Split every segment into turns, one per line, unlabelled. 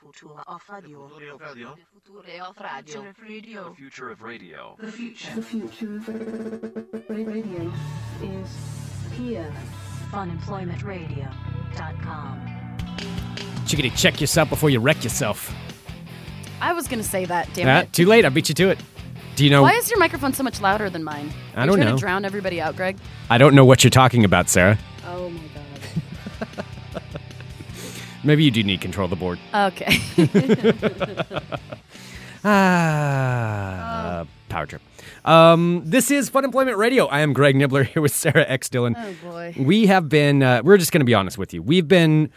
Future of Radio.
Future of radio.
Future of Radio. The
The future of radio.
future.
The future of radio is here.
funemploymentradio.com.
Chickadee, check yourself before you wreck yourself.
I was gonna say that. Damn
Ah,
it.
too late. I beat you to it. Do you know?
Why is your microphone so much louder than mine?
I
You're
don't
trying
know.
To drown everybody out, Greg.
I don't know what you're talking about, Sarah.
Oh my god.
Maybe you do need control of the board.
Okay.
Ah, power trip. Um, this is Fun Employment Radio. I am Greg Nibbler here with Sarah X Dillon.
oh boy.
We have been. Uh, we're just going to be honest with you. We've been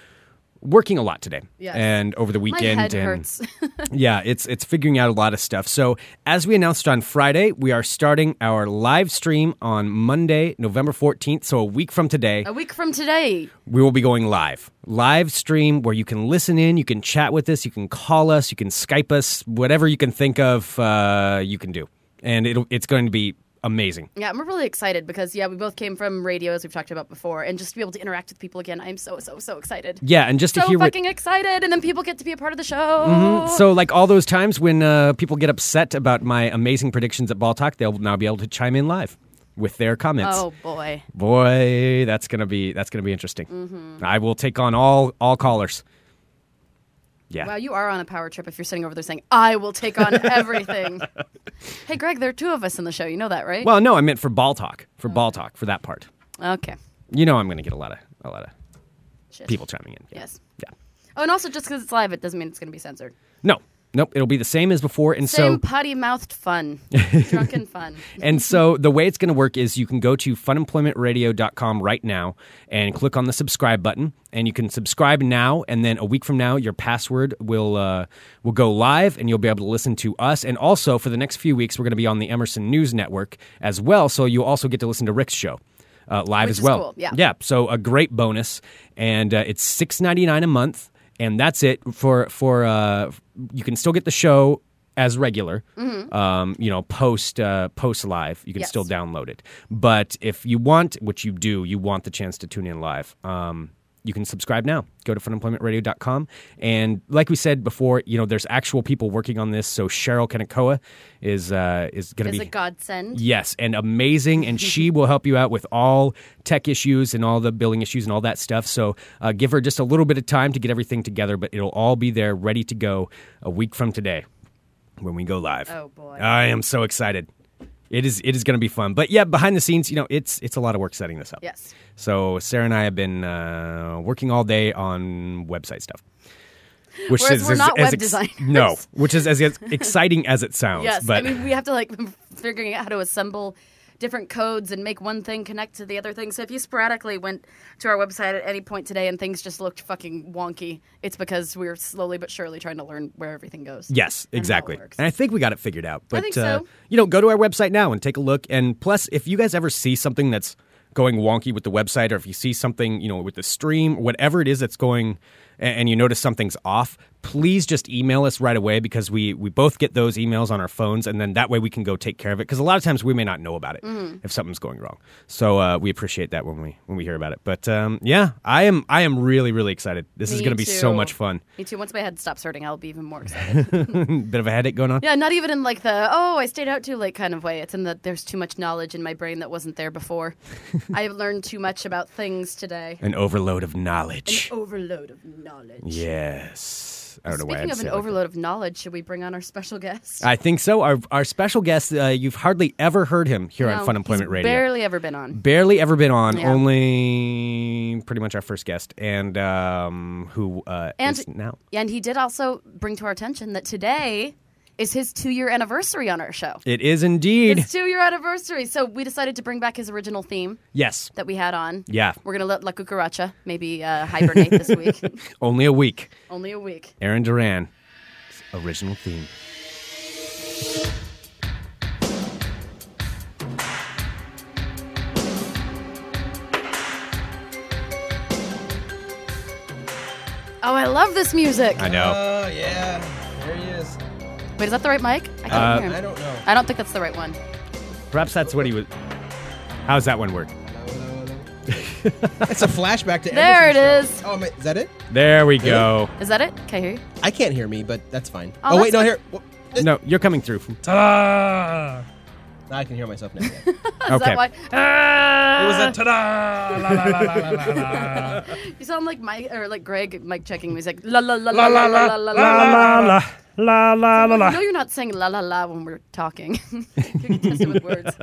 working a lot today
Yes.
and over the
My
weekend.
head
and
hurts.
yeah, it's it's figuring out a lot of stuff. So as we announced on Friday, we are starting our live stream on Monday, November fourteenth. So a week from today,
A week from today.
we will be going live. Live stream where you can listen in, you can chat with us, you can call us, you can Skype us, whatever you can think of, uh, you can do, and it'll, it's going to be amazing.
Yeah, I'm really excited because yeah, we both came from radio as we've talked about before, and just to be able to interact with people again, I'm so so so excited.
Yeah, and just to
So
hear what. Mm-hmm.
fucking excited, and then people get to be a part of the show.
So, like all those times when uh, people get upset about my amazing predictions at Ball Talk, they'll now be able to chime in live with their comments.
Oh boy.
boy that's gonna be that's gonna be interesting
Mm-hmm.
i will take on all all callers yeah
Wow, you are on a power trip if you're sitting over there saying, I will take on everything. hey, Greg, there are two of us in the show. You know that, right?
well no i meant for ball talk
Oh.
for ball talk for that part
okay.
you know i'm gonna get a lot of a lot of
Shit.
people chiming in yeah.
Yes.
yeah
Oh, and also just because it's live, it doesn't mean it's going to be censored.
no nope it'll be the same as before and
Same
so
putty mouthed fun. Drunken fun.
and so the way it's going to work is you can go to funemploymentradio.com right now and click on the subscribe button and you can subscribe now and then a week from now your password will uh, will go live and you'll be able to listen to us and also for the next few weeks we're going to be on the Emerson News Network as well so you'll also get to listen to Rick's show uh, live
Which
as
is
well
cool, yeah.
yeah so a great bonus and uh, it's 6.99 a month and that's it for for uh, you can still get the show as regular um, you know post uh, post live you can
Mm-hmm. Yes.
still download it but if you want which you do you want the chance to tune in live um, you can subscribe now go to funemploymentradio.com and like we said before you know there's actual people working on this so cheryl Kanakoa is uh, is going to
Is
be
a godsend.
Yes, and amazing. And she will help you out with all tech issues and all the billing issues and all that stuff. So uh, give her just a little bit of time to get everything together, but it'll all be there ready to go a week from today when we go live.
Oh, boy.
I am so excited. It is it is going to be fun. But yeah, behind the scenes, you know, it's it's a lot of work setting this up.
Yes.
So Sarah and I have been uh, working all day on website stuff. Which
Whereas we're not web designers.
No, which is as, as exciting as it sounds.
Yes.
but
I mean, we have to like figuring out how to assemble different codes and make one thing connect to the other thing. So if you sporadically went to our website at any point today and things just looked fucking wonky, it's because we're slowly but surely trying to learn where everything goes.
Yes,
how it
exactly.
works.
And I think we got it figured out. But
think
uh,
so.
you know, go to our website now and take a look. And plus, if you guys ever see something that's going wonky with the website, or if you see something, you know, with the stream, whatever it is that's going, a- and you notice something's off, please just email us right away because we we both get those emails on our phones, and then that way we can go take care of it. Because a lot of times we may not know about it
Mm.
if something's going wrong. So uh, we appreciate that when we when we hear about it. But um, yeah, I am I am really really excited. This is
Me
going to be so
too.
much fun.
Me too. Once my head stops hurting, I'll be even more excited.
Bit of a headache going on.
yeah, not even in like the oh I stayed out too late kind of way. It's in that there's too much knowledge in my brain that wasn't there before. I learned too much about things today.
An overload of knowledge.
Overload of knowledge.
Yes. I don't know why
Speaking
I'd
of
say
an
it like Ah,
overload of knowledge, should we bring on our special guest?
that. I think so. Our, our special guest, uh, you've hardly ever heard him here
No,
on Fun Employment
he's
Radio.
Barely ever been on.
Barely ever been on,
Yeah.
only pretty much our first guest, and um, who uh,
And-
is now.
And he did also bring to our attention that today is his two year anniversary on our show.
It is indeed.
It's two year anniversary. So we decided to bring back his original theme
yes.
that we had on.
Yeah.
We're going to let La Cucaracha maybe uh, hibernate this week.
Only a week.
Only a week.
Aaron Duran. Original theme.
Oh, I love this music.
I know.
Uh,
Oh, yeah. There he is.
Wait, is that the right mic? I can't
Uh,
hear
I
him.
don't know.
I don't think that's the right one.
Perhaps that's what he was. How's that one word?
It's a flashback to
There
Emerson's
it
show. Oh, ma- is that it?
There we go.
Is that it? Can I hear you?
I can't hear me, but that's fine.
Oh,
Oh, wait,
that's
no, here. wha-
No, you're coming through.
Ta-da!
I can hear myself now. yeah.
Is
Okay.
that why?
It was a ta-da! La la la la la la
You sound like Mike or like Greg Mike checking music. La la la
La,
la
la,
la la la
la,
la.
la la la la la
No,
la.
you're not saying la la la when we're talking. you're contested with words.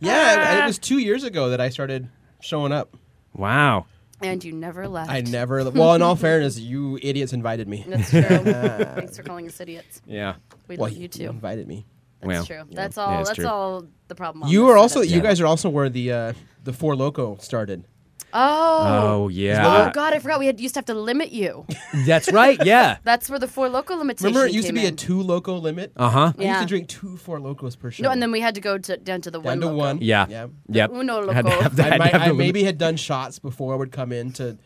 Yeah, and- and
Ah.
it was two years ago that I started showing up.
Wow.
And you never left.
I never. Well, in all fairness, you idiots invited me.
That's true. Thanks for calling us idiots.
Yeah.
We
Well,
love you too.
invited me.
That's
well,
true. That's all.
it's
that's
true.
all the problem.
You
was
are also.
that it-
You guys are also where the uh, the four loco started.
Oh.
Oh
Uh,
Oh
yeah. Uh,
God! I forgot we had used to have to limit you.
That's right. Yeah.
That's where the four local limitation.
Remember, it used to
came
be a
in.
two loco limit.
Uh huh.
I used
Yeah.
to drink two four locos per show.
No, and then we had to go to, down to the
down
one.
to
local.
one.
Yeah.
Yeah.
Yep.
Uno
Had to
loco.
have that-
I, might,
have
I
the-
maybe had done shots before I would come in to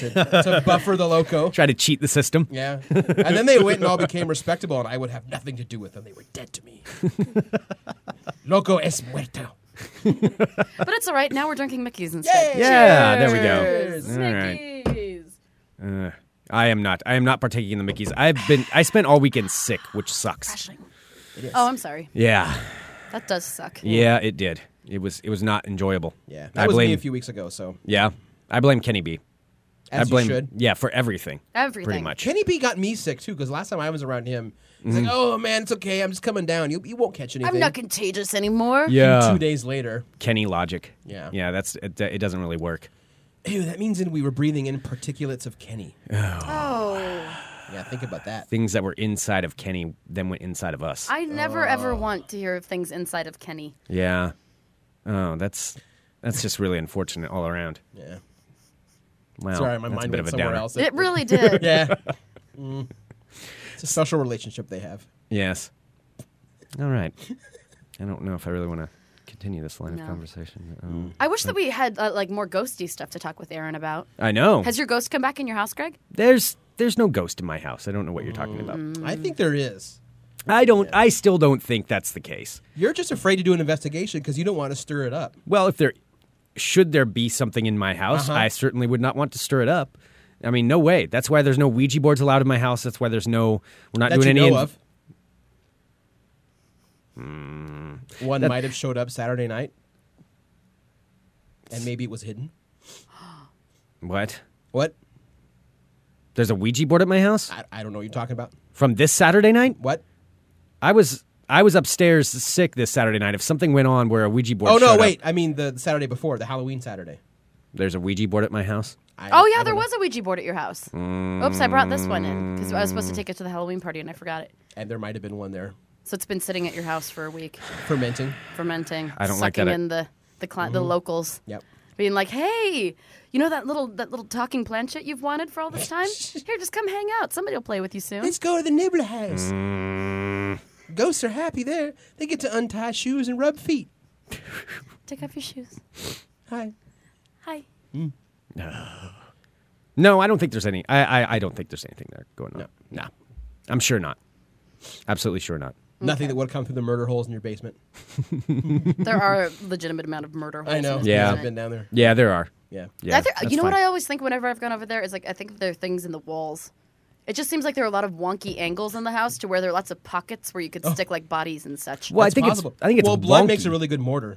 to, to buffer the loco.
Try to cheat the system.
Yeah. And then they went and all became respectable, and I would have nothing to do with them. They were dead to me. Loco es muerto.
But it's all right. Now we're drinking Mickey's instead.
Yeah, there we go.
Cheers,
All right.
Mickey's.
Uh, I am not. I am not partaking in the Mickey's. I've been. I spent all weekend sick, which sucks.
Oh, I'm sorry.
Yeah.
That does suck.
Yeah. It did. It was. It was not enjoyable.
Yeah. That
I
was
blame.
me a few weeks ago, so
yeah. I blame Kenny B. I
as
blame.
you should.
Yeah, for everything.
Everything.
Pretty much.
Kenny B got me sick too, because last time I was around him, he's
Mm-hmm.
like, Oh man, it's okay, I'm just coming down. You, you won't catch anything.
I'm not contagious anymore.
Yeah.
Two days later.
Kenny logic.
Yeah.
Yeah. That's. It, it doesn't really work.
Ew, that means that we were breathing in particulates of Kenny.
Oh,
Yeah, think about that.
Things that were inside of Kenny then went inside of us.
I never
Oh.
ever want to hear of things inside of Kenny.
yeah. Oh, that's. That's just really unfortunate all around.
Yeah.
Wow.
Sorry, my
that's
mind
a bit
went
of a
somewhere
downer.
else.
It really did.
Yeah. Mm. It's a special relationship they have.
Yes. All right. I don't know if I really want to continue this line
No.
of conversation. Oh.
Mm.
I wish that we had uh, like more ghosty stuff to talk with Aaron about.
I know.
Has your ghost come back in your house, Greg?
there's there's no ghost in my house. I don't know what you're talking about.
Mm.
I think there is.
I don't. I still don't think that's the case.
You're just afraid to do an investigation because you don't want to stir it up.
Well, if there should there be something in my house,
Uh-huh.
I certainly would not want to stir it up. I mean, no way. That's why there's no Ouija boards allowed in my house. That's why there's no. We're not
That
doing
you know
any.
of.
Hmm.
One might have showed up Saturday night, and maybe it was hidden.
What?
What?
There's a Ouija board at my house
I, I don't know what you're talking about.
from this Saturday night.
What?
I was I was upstairs sick this Saturday night. If something went on where a Ouija board.
oh
showed
no,
up-
wait. I mean the, the Saturday before, the Halloween Saturday.
there's a Ouija board at my house.
I,
Oh yeah,
I
there
don't know.
was a Ouija board at your house. Oops, I brought this one in because I was
Mm.
supposed to take it to the Halloween party and I forgot it.
and there might have been one there
So it's been sitting at your house for a week,
fermenting.
fermenting,
I don't like
sucking
that I- Mm-hmm.
in the the, cli- the locals.
Yep.
being like, "Hey, you know that little that little talking planchet you've wanted for all this time? Here, just come hang out. Somebody will play with you soon."
Let's go to the neighbor house.
Mm.
Ghosts are happy there. They get to untie shoes and rub feet.
Take off your shoes.
Hi.
Hi.
No, I don't think there's any. I I, I don't think there's anything there going on. No. I'm sure not. Absolutely sure not.
Nothing that would come through the murder holes in your basement.
There are a legitimate amount of murder holes.
I know.
In this
Yeah.
I've
basement.
been down there.
Yeah, there are.
Yeah.
Yeah,
I think- uh,
that's
you know what
fine.
I always think whenever I've gone over there is like I think there are things in the walls. It just seems like there are a lot of wonky angles in the house to where there are lots of pockets where you
Oh.
could stick like bodies and such.
Well, I
It's
think
possible.
it's. I think it's.
well, blood
wonky.
makes a really good mortar.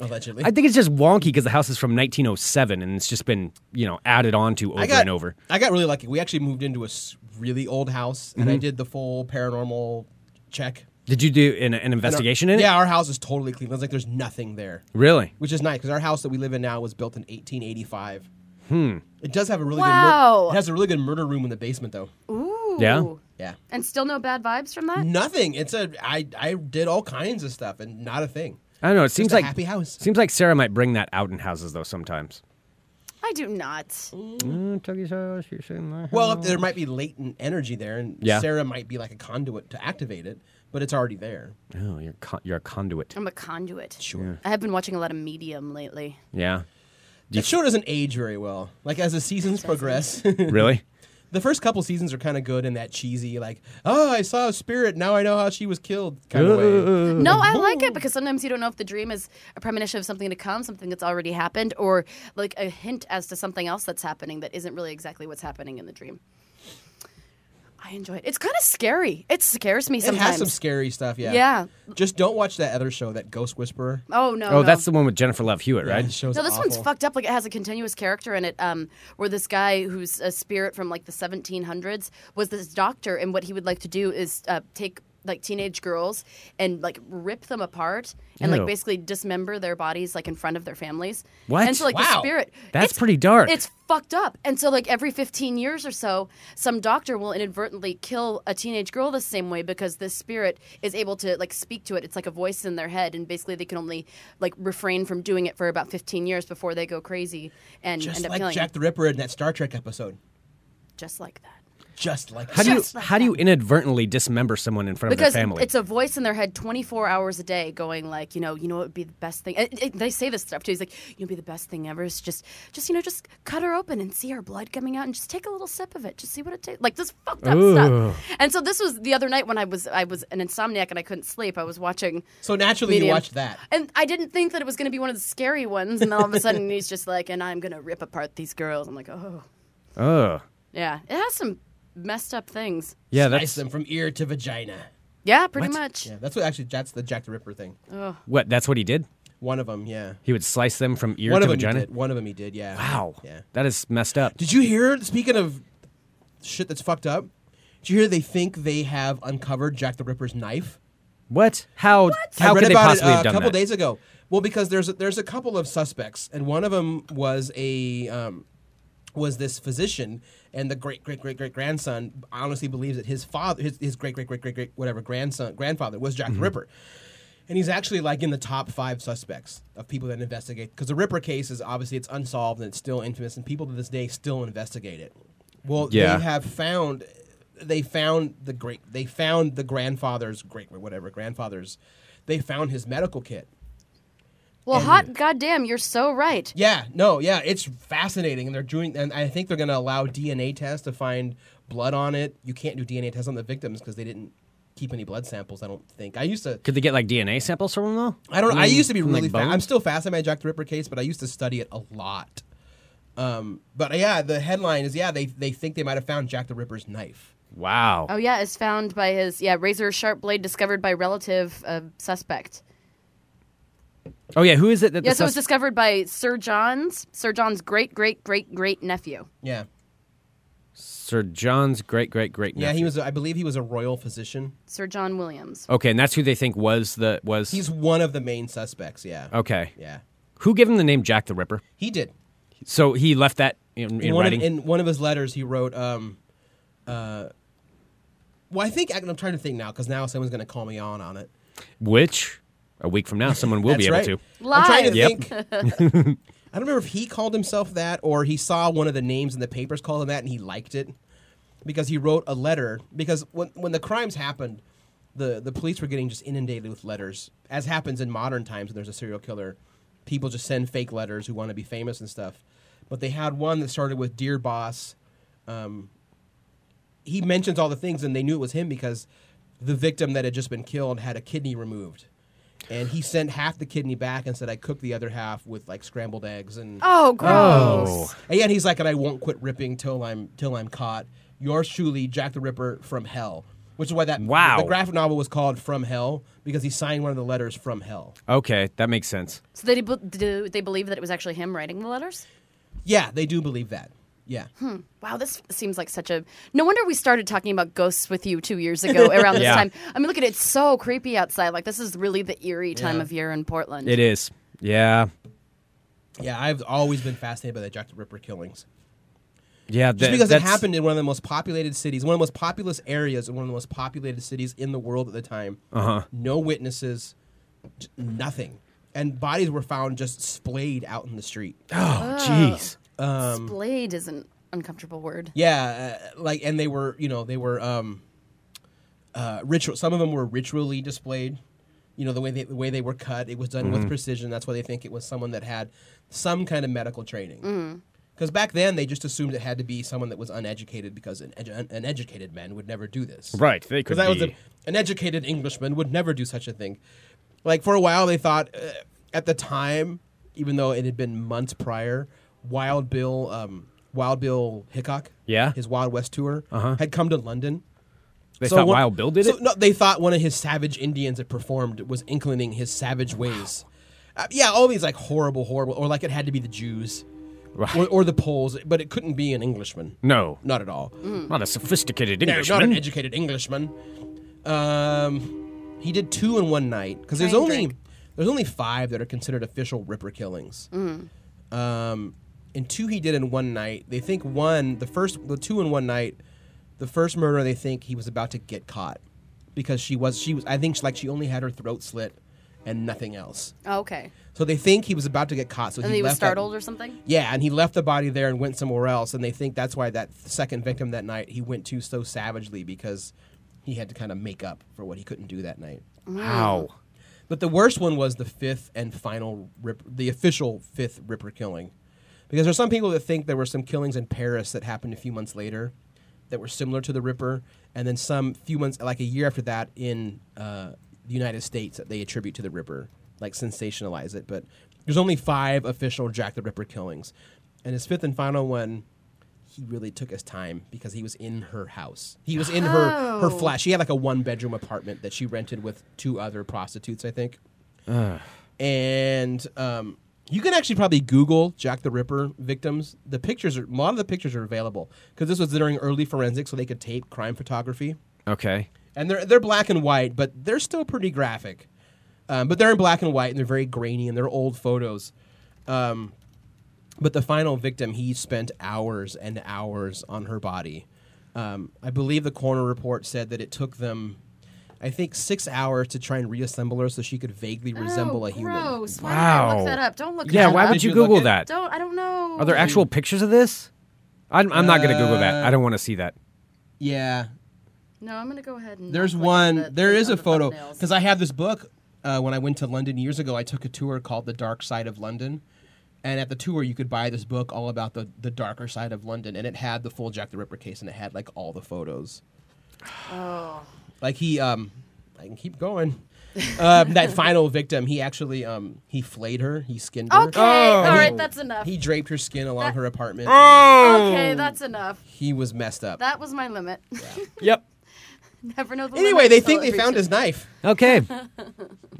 Allegedly,
I think it's just wonky because the house is from 1907 and it's just been you know added on to over
I got
and over.
I got really lucky. We actually moved into a s- really old house, and
Mm-hmm.
I did the full paranormal check.
Did you do an, an
And our-
investigation in it?
Yeah, our house is totally clean. It's like there's nothing there,
Really?
which is nice because our house that we live in now was built in 1885. Hmm. It does have a really good.
Wow.
Mur- it has a really good murder room in the basement, though.
Ooh.
Yeah.
Yeah.
And still no bad vibes from that?
Nothing. It's a. I I did all kinds of stuff, and not a thing.
I don't know. It seems
a
like
happy house.
Seems like Sarah might bring that out in houses though sometimes.
I do not.
Well, if there might be latent energy there, and
Yeah.
Sarah might be like a conduit to activate it, but it's already there.
Oh, you're con- you're a conduit.
I'm a conduit.
Sure.
I have been watching a lot of medium lately.
Yeah.
The show doesn't age very well. Like as the seasons progress,
Really?
the first couple seasons are kind of good in that cheesy, like, oh, I saw a spirit, now I know how she was killed kind of way.
No, I like it because sometimes you don't know if the dream is a premonition of something to come, something that's already happened, or like a hint as to something else that's happening that isn't really exactly what's happening in the dream. I enjoy it. It's kind of scary. It scares me
It
sometimes.
has some scary stuff, yeah.
Yeah.
Just don't watch that other show, that Ghost Whisperer.
Oh no.
Oh,
no.
that's the one with Jennifer Love Hewitt,
Yeah,
right?
the show's
No, this one's
awful.
fucked up. Like it has a continuous character in it, um, where this guy who's a spirit from like the 1700s was this doctor, and what he would like to do is uh, take like teenage girls and like rip them apart and
Ew.
like basically dismember their bodies like in front of their families.
What?
And so like
Wow.
the spirit.
That's
it's-
pretty dark.
It's fucked up. And so like every 15 years or so, some doctor will inadvertently kill a teenage girl the same way because this spirit is able to like speak to it. It's like a voice in their head and basically they can only like refrain from doing it for about 15 years before they go crazy and
Just
end up
like
killing
Jack
them.
the Ripper in that Star Trek episode.
just like that.
Just like
How do you
Just like
how do you inadvertently dismember someone in front
Because
of their family?
it's a voice in their head 24 hours a day going like, you know, you know what would be the best thing. and- and they say this stuff too. He's like, you know, be the best thing ever is just just you know, just cut her open and see her blood coming out and just take a little sip of it. Just see what it tastes like. This fucked up
Ooh.
stuff. And so this was the other night when I was I was an insomniac and I couldn't sleep. I was watching
so naturally you
Medium.
watch that.
And I didn't think that it was going to be one of the scary ones. And then all of a sudden, he's just like, and I'm going to rip apart these girls. I'm like, oh.
oh,
Yeah. It has some messed up things.
yeah,
Slice
that's
them from ear to vagina.
Yeah, pretty much. Oh.
Yeah, that's what actually that's the Jack the Ripper thing.
what that's what he did.
One of them, yeah.
He would slice them from ear
One
to
of them
vagina.
he did. One of them he did. Yeah.
Wow,
Yeah.
that is messed up.
Did you hear? Speaking of shit that's fucked up, did you hear they think they have uncovered Jack the Ripper's knife?
What? How? How
I read
could they
about
possibly
it uh,
have
a
done
couple
that?
days ago. Well, because there's a, there's a couple of suspects, and one of them was a um, was this physician, and the great great great great grandson honestly believes that his father, his, his great great great great great whatever grandson grandfather was
Mm-hmm.
Jack the Ripper. And he's actually like in the top five suspects of people that investigate because the Ripper case is obviously it's unsolved and it's still infamous, and people to this day still investigate it. Well,
Yeah.
they have found they found the great they found the grandfather's great whatever grandfather's they found his medical kit.
Well, hot goddamn, you're so right.
Yeah, no, yeah, it's fascinating, and they're doing, and I think they're going to allow DNA tests to find blood on it. You can't do DNA tests on the victims because they didn't keep any blood samples. I don't think I used to.
Could they get like DNA samples from them though? Mm.
I don't. I used to be
From, like,
really. fa-
bones?
I'm still fascinated by Jack the Ripper case, but I used to study it a lot. Um, but yeah, the headline is yeah they they think they might have found Jack the Ripper's knife.
Wow.
Oh, yeah, is found by his, yeah, razor sharp blade discovered by relative uh, suspect.
Oh yeah. Who is it? That
Yeah,
the
so it was
sus-
discovered by Sir John's, Sir John's great, great, great, great nephew.
Yeah,
Sir John's great great great.
yeah,
nephew.
he was. I believe he was a royal physician.
Sir John Williams.
Okay, and that's who they think was the was.
He's one of the main suspects. Yeah.
okay.
Yeah,
Who gave him the name Jack the Ripper?
he did.
So he left that in, in
one
writing.
Of, in one of his letters, he wrote, um, uh, well, I think I'm trying to think now because now someone's going to call me on on it.
which a week from now someone will be
That's
able
right.
to.
I'm trying to
Live.
think. I don't remember if he called himself that or he saw one of the names in the papers call him that and he liked it because he wrote a letter. Because when, when the crimes happened, the, the police were getting just inundated with letters, as happens in modern times when there's a serial killer. People just send fake letters who want to be famous and stuff. But they had one that started with Dear Boss. Um, he mentions all the things and they knew it was him because the victim that had just been killed had a kidney removed. And he sent half the kidney back and said, I cooked the other half with like scrambled eggs and
Oh, gross.
Oh.
and yet he's like, and I won't quit ripping till I'm till I'm caught. Yours truly, Jack the Ripper from Hell, which is why that
Wow.
the graphic novel was called From Hell because he signed one of the letters from Hell.
Okay, that makes sense.
So they, be- do they believe that it was actually him writing the letters?
Yeah, they do believe that. Yeah,
Wow, this seems like such a. No wonder we started talking about ghosts with you two years ago around this
Yeah.
time. I mean, look at it. It's so creepy outside. Like, this is really the eerie time
Yeah.
of year in Portland.
It is. Yeah.
yeah. I've always been fascinated by the Jack the Ripper killings.
Yeah.
Just
that-
because it
that's-
happened in one of the most populated cities, one of the most populous areas, and one of the most populated cities in the world at the time. Uh-huh. No witnesses, j- nothing, and bodies were found just splayed out in the street.
Oh, jeez.
Um, Splade is an uncomfortable word.
Yeah, uh, like and they were, you know, they were um uh ritual some of them were ritually displayed. You know, the way they the way they were cut, it was done with precision. That's why they think it was someone that had some kind of medical training. Cuz back then they just assumed it had to be someone that was uneducated because an, edu- an educated man would never do this.
Right. They could
Because that
be.
was a, an educated Englishman would never do such a thing. Like for a while, they thought uh, at the time, even though it had been months prior, Wild Bill, um, Wild Bill Hickok,
Yeah. Uh-huh.
his Wild West tour had come to London,
They thought
one-
Wild Bill did
so,
it.
No, they thought one of his savage Indians that performed was inclining his savage ways. Uh, yeah, all these like horrible, horrible, or like it had to be the Jews
Right.
or, or the Poles, but it couldn't be an Englishman.
no,
Not at all.
not a sophisticated
No, not an
Englishman.
educated Englishman. Um, he did two in one night because there's
Try and
only
drink.
there's only five that are considered official Ripper killings.
Mm.
Um, and two he did in one night. They think one, the first, the two in one night, the first murder they think he was about to get caught because she was she was I think she, like she only had her throat slit and nothing else.
Oh, okay.
So they think he was about to get caught. So
And
he,
he was
left that-
startled or something?
yeah, and he left the body there and went somewhere else, and they think that's why that second victim that night he went to so savagely because he had to kind of make up for what he couldn't do that night.
Wow.
But the worst one was the fifth and final rip, the official fifth Ripper killing, because there's some people that think there were some killings in Paris that happened a few months later that were similar to the Ripper, and then some few months, like a year after that, in uh, the United States that they attribute to the Ripper, like sensationalize it. But there's only five official Jack the Ripper killings, and his fifth and final one. He really took his time because he was in her house. He was in her her
Oh.
flat. She had like a one bedroom apartment that she rented with two other prostitutes, I think and um, you can actually probably Google Jack the Ripper victims. The pictures are a lot of the pictures are available because this was during early forensics, so they could tape crime photography,
Okay.
and they're they're black and white, but they're still pretty graphic. Um, but they're in black and white, and they're very grainy, and they're old photos. Um, but the final victim, he spent hours and hours on her body. Um, I believe the coroner report said that it took them, I think, six hours to try and reassemble her so she could vaguely resemble
oh,
a human.
Gross. Why did I
Wow.
look that up? Don't look
Yeah.
that
Why
up.
would
Did
you
you look
Google
it?
that?
Don't I don't know.
Are there actual pictures of this? I'm, I'm not going to Google that.
Uh,
I don't want to see that.
Yeah,
No, I'm gonna go ahead and
There's
not click
one.
on the-
there
click
is
on
a
the
photo
thumbnails.
because I have this book. Uh, when I went to London years ago, I took a tour called "The Dark Side of London," and at the tour, you could buy this book all about the the darker side of London, and it had the full Jack the Ripper case, and it had like all the photos. Oh. Like he, um, I can keep going. Um, that final victim, he actually, um, he flayed her. He skinned her.
Oh.
Okay, all
And he- Oh.
right, that's enough.
He draped her skin along her apartment.
okay, that's enough.
He was messed up.
Oh. That was my limit.
Yep.
Never know the
anyway,
limit
they
until
think
it
they
reaches-
found his knife.
Okay.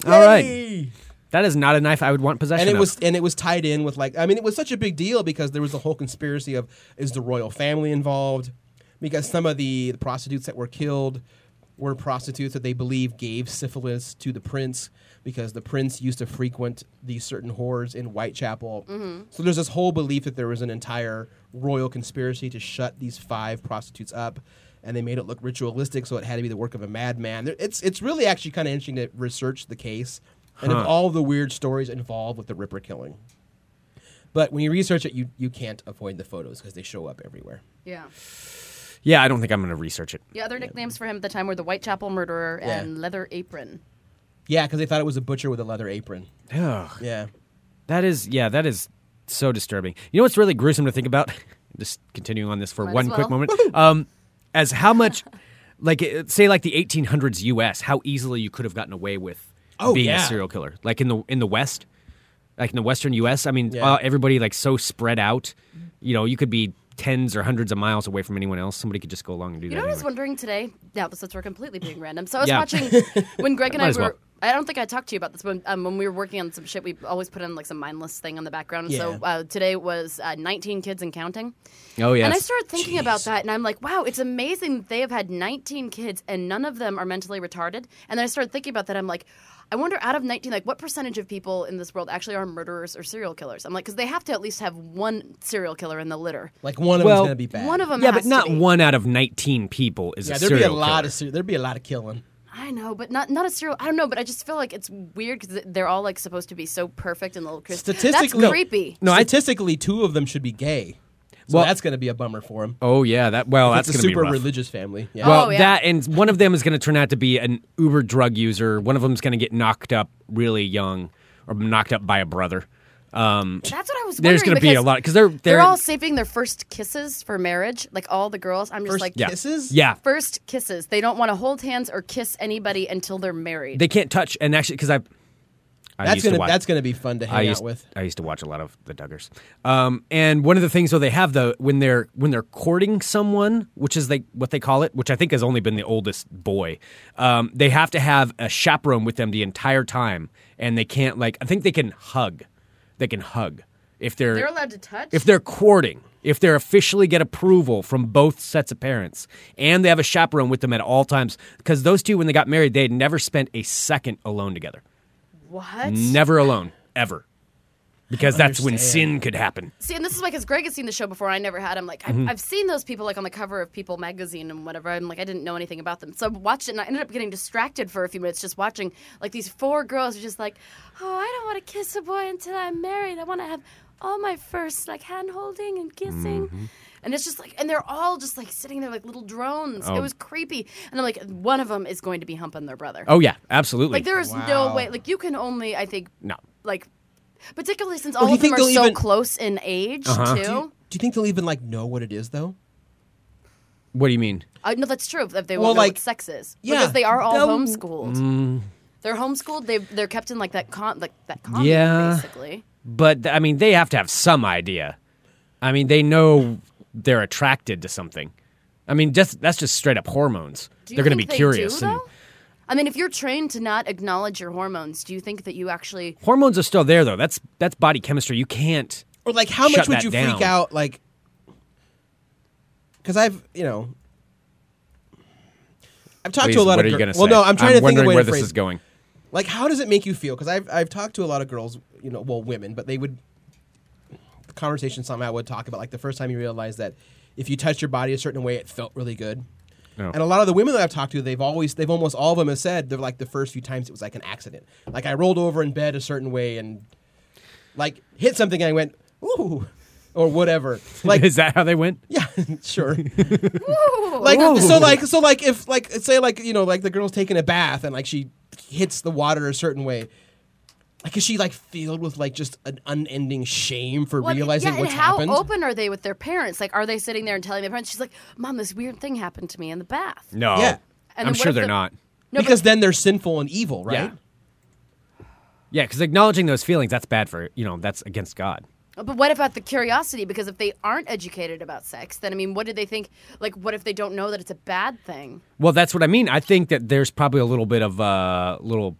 All right.
Yay!
That is not a knife I would want possession
and it
of.
was and it was tied in with like I mean it was such a big deal because there was a whole conspiracy of is the royal family involved because some of the, the prostitutes that were killed were prostitutes that they believe gave syphilis to the prince because the prince used to frequent these certain whores in Whitechapel. So there's this whole belief that there was an entire royal conspiracy to shut these five prostitutes up and they made it look ritualistic so it had to be the work of a madman. There- It's it's really actually kind of interesting to research the case and of all the weird stories involved with the Ripper killing. But when you research it, you, you can't avoid the photos because they show up everywhere.
Yeah.
yeah, I don't think I'm going to research it.
The other nicknames for him at the time were the Whitechapel Murderer
Yeah.
and Leather Apron.
Yeah, because they thought it was a butcher with a leather apron.
Ugh.
Yeah.
That is, yeah, that is so disturbing. You know what's really gruesome to think about? Just continuing on this for
Might
one
as
quick
well.
moment. Um, as how much, like, it- say, like the 1800s U.S., how easily you could have gotten away with
Oh,
being
yeah.
a serial killer, like in the in the West, like in the Western U.S. I mean,
Yeah.
uh, everybody like so spread out. You know, you could be tens or hundreds of miles away from anyone else. Somebody could just go along and do
You
that.
know what I was
anyway.
wondering today? Now, since we're completely being random, so I was
Yeah.
watching when Greg and
Might
I
as
were.
well.
I don't think I talked to you about this, but um, when we were working on some shit, we always put in like some mindless thing on the background. So
Yeah.
uh, today was uh, 19 kids and counting.
oh yes.
And I started thinking about that, and I'm like, wow, it's amazing that they have had 19 kids, and none of them are mentally retarded. And then I started thinking about that. I'm like, I wonder, out of 19, like, what percentage of people in this world actually are murderers or serial killers? I'm like, because they have to at least have one serial killer in the litter.
Like one of
Well-
them's gonna be bad.
One of them,
yeah, but
has to
not
be.
one out of 19 people is
Yeah,
a
there'd be
serial
a lot
killer.
of ser- there'd be a lot of killing.
I know, but not not a serial. I don't know, but I just feel like it's weird because they're all like supposed to be so perfect and little Chris.
Statistically,
that's creepy.
No, statistically, two of them should be gay. So
Well-
that's gonna be a bummer for him.
Oh yeah, that well, that's
it's a
gonna
super
be rough.
religious family. Yeah.
Well,
Oh, yeah.
that and one of them is going to turn out to be an uber drug user. One of them's going to get knocked up really young, or knocked up by a brother. Um,
That's what I was.
there's
going to
be a lot because they're, they're
They're all saving their first kisses for marriage. Like all the girls, I'm just
First
like
yeah.
kisses?
Yeah,
first kisses. They don't want to hold hands or kiss anybody until they're married.
they can't touch. And actually, because I I
that's
used to
gonna
watch-
that's gonna be fun to hang
I
out
used,
with.
I used to watch a lot of the Duggars. Um, and one of the things though they have though when they're when they're courting someone, which is like what they call it, which I think has only been the oldest boy, um, they have to have a chaperone with them the entire time, and they can't like I think they can hug, they can hug if they're
They're allowed to touch.
if they're courting, if they officially get approval from both sets of parents, and they have a chaperone with them at all times, because those two, when they got married, they had never spent a second alone together.
what?
Never alone, ever. Because that's when
understand.
sin could happen.
See, and this is why, because Greg has seen the show before. I never had him. Like, I've, I've seen those people like on the cover of People magazine and whatever. I'm like, I didn't know anything about them, so I watched it, and I ended up getting distracted for a few minutes just watching. Like these four girls are just like, oh, I don't want to kiss a boy until I'm married. I want to have all my first like hand holding and kissing. And it's just like, and they're all just like sitting there like little drones. It was creepy. And I'm like, one of them is going to be humping their brother.
Oh yeah, absolutely.
like there is no way. Like you can only, I think,
no.
like particularly since
do
all
you
of them
think
are
they'll
so
even-
close in age
Uh-huh.
Do you,
too.
do you think they'll even like know what it is though?
What do you mean?
Uh, no, that's true. If they
Well,
won't know
like,
what sex is,
yeah,
because they are all
they'll-
homeschooled.
Mm.
They're homeschooled. They they're kept in like that con like that commune,
Yeah.
basically.
But th- I mean, they have to have some idea. I mean, they know they're attracted to something. I mean, just that's just straight up hormones.
Do you
They're going to
think
be
they
curious.
Do,
and-
though? I mean, if you're trained to not acknowledge your hormones, do you think that you actually?
hormones are still there though. That's that's body chemistry. You can't.
Or like how much
Shut
would
that
you
down.
freak out like? Because I've you know. I've talked
Please,
to a lot
what
of
are you
girls.
going to say?
well, no, I'm trying to think of
wondering
a way
where
to
this
phrase
is going.
Like, how does it make you feel? Because I've I've talked to a lot of girls, you know, well, women, but they would the conversation somehow would talk about like the first time you realized that if you touched your body a certain way, it felt really good.
Oh.
And a lot of the women that I've talked to, they've always, they've almost all of them have said they're like the first few times it was like an accident. Like I rolled over in bed a certain way and like hit something and I went ooh or whatever. Like
is that how they went?
yeah, sure. like so, like so, like if like say like you know like the girl's taking a bath and like she hits the water a certain way, like is she like filled with like just an unending shame for
Well, I mean,
realizing
yeah,
what's
and how
happened?
open are they with their parents? Like, are they sitting there and telling their parents? She's like, "Mom, this weird thing happened to me in the bath."
No.
Yeah.
I'm
And then what
sure
if
they're
the-
not.
No,
because then they're sinful and evil,
Yeah.
right?
Yeah, because acknowledging those feelings, that's bad for you know, that's against God.
But what about the curiosity? Because if they aren't educated about sex, then I mean, what do they think? Like, what if they don't know that it's a bad thing?
Well, that's what I mean. I think that there's probably a little bit of uh, little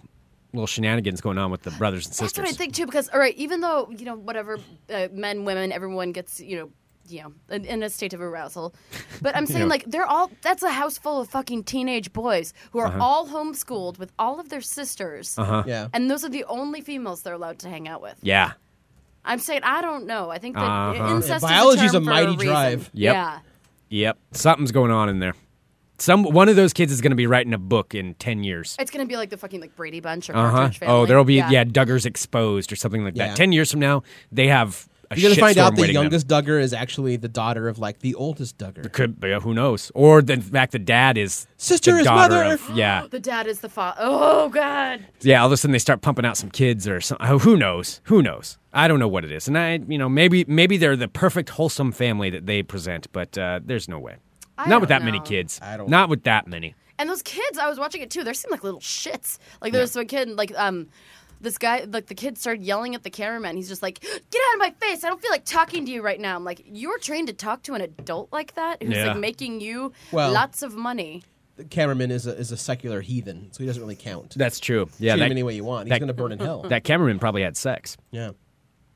little shenanigans going on with the brothers and
That's
sisters.
what I think too. Because all right, even though you know whatever uh, men, women, everyone gets you know. You know, in- in a state of arousal, but I'm saying
Yeah.
like they're all. That's a house full of fucking teenage boys who
Uh-huh.
are all homeschooled with all of their sisters,
Yeah.
and those are the only females they're allowed to hang out with.
Yeah.
I'm saying I don't know. I think that
Uh-huh.
incest
Biology's
is
a
a, term for
mighty
reason.
drive.
Yep.
Yeah.
Yep. Something's going on in there. Some one of those kids is going to be writing a book in ten years.
It's gonna be like the fucking like Brady Bunch or
Uh huh.
Partridge Family.
Oh, there'll be yeah. Duggars exposed or something like
Yeah.
that. Ten years from now, they have. A
You're gonna find
shitstorm
out the
waiting them.
youngest Duggar is actually the daughter of like the oldest Duggar.
Could be, who knows? Or the, in fact, the dad is
Sister
the
is
daughter
mother.
Of, yeah,
The dad is the father. Oh God.
yeah. All of a sudden, they start pumping out some kids or something. Who knows? Who knows? I don't know what it is. And I, you know, maybe maybe they're the perfect wholesome family that they present, but uh, there's no way.
I
Not with
don't
that many
know.
kids.
I don't-
Not with that many.
And those kids, I was watching it too. They seem like little shits. Like there was one kid, like um, this guy, like the kid started yelling at the cameraman. He's just like, "Get out of my face! I don't feel like talking to you right now." I'm like, "You're trained to talk to an adult like that who's
Yeah.
like making you
Well-
lots of money."
The cameraman is a, is a secular heathen, so he doesn't really count.
That's true. Yeah,
Treat
that,
him any way you want. He's
that-
gonna burn in hell.
that cameraman probably had sex.
yeah.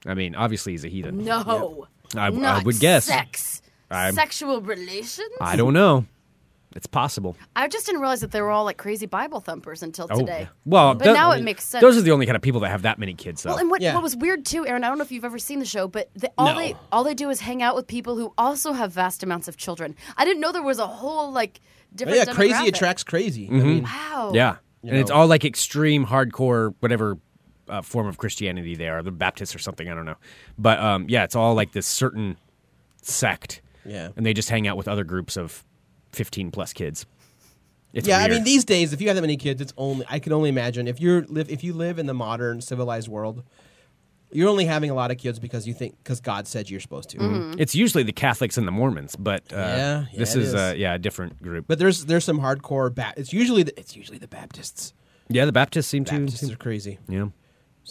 I mean, obviously he's a heathen.
No,
I, I
not
would guess.
sex,
I'm-
sexual relations.
I don't know. It's possible.
I just didn't realize that they were all like crazy Bible thumpers until
Oh,
today.
well,
But
tho-
now it makes sense.
Those are the only kind of people that have that many kids. Though.
Well, and what,
Yeah.
what was weird too, Aaron, I don't know if you've ever seen the show, but the, all
No.
they all they do is hang out with people who also have vast amounts of children. I didn't know there was a whole like
But
different.
yeah, crazy
demographic.
attracts crazy.
Mm-hmm.
I mean,
Wow.
Yeah. And it's
know.
all like extreme, hardcore, whatever uh, form of Christianity they are. They're Baptists or something. I don't know. But um, yeah, it's all like this certain sect.
Yeah.
And they just hang out with other groups of 15 plus kids. It's
yeah,
weird.
I mean these days, if you have that many kids, it's only I can only imagine if you're live if you live in the modern civilized world, you're only having a lot of kids because you think because God said you're supposed to.
Mm-hmm.
it's usually the Catholics and the Mormons, but uh,
Yeah, yeah,
this
it
is, Uh,
is.
yeah, a different group.
But there's there's some hardcore. Ba- it's usually the, it's usually the Baptists.
yeah, the Baptists seem to.
Baptists
seem-
are crazy.
yeah.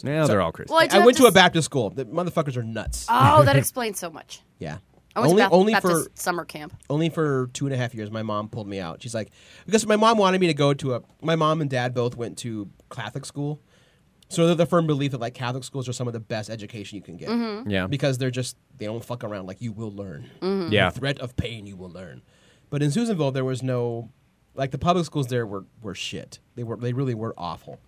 Now they're all Christian.
Well, I, do
I
have
went to a
s-
Baptist school. The motherfuckers are nuts.
Oh, that explains so much.
yeah.
I went
Only,
to Baptist,
only for
Baptist summer camp.
only for two and a half years, my mom pulled me out. She's like, because my mom wanted me to go to a. My mom and dad both went to Catholic school, so they're the firm belief that like Catholic schools are some of the best education you can get
Mm-hmm.
yeah,
because they're just they don't fuck around. Like you will learn.
Mm-hmm.
yeah.
The threat of pain you will learn. But in Susanville, there was no like the public schools there were were shit. They were they really were awful.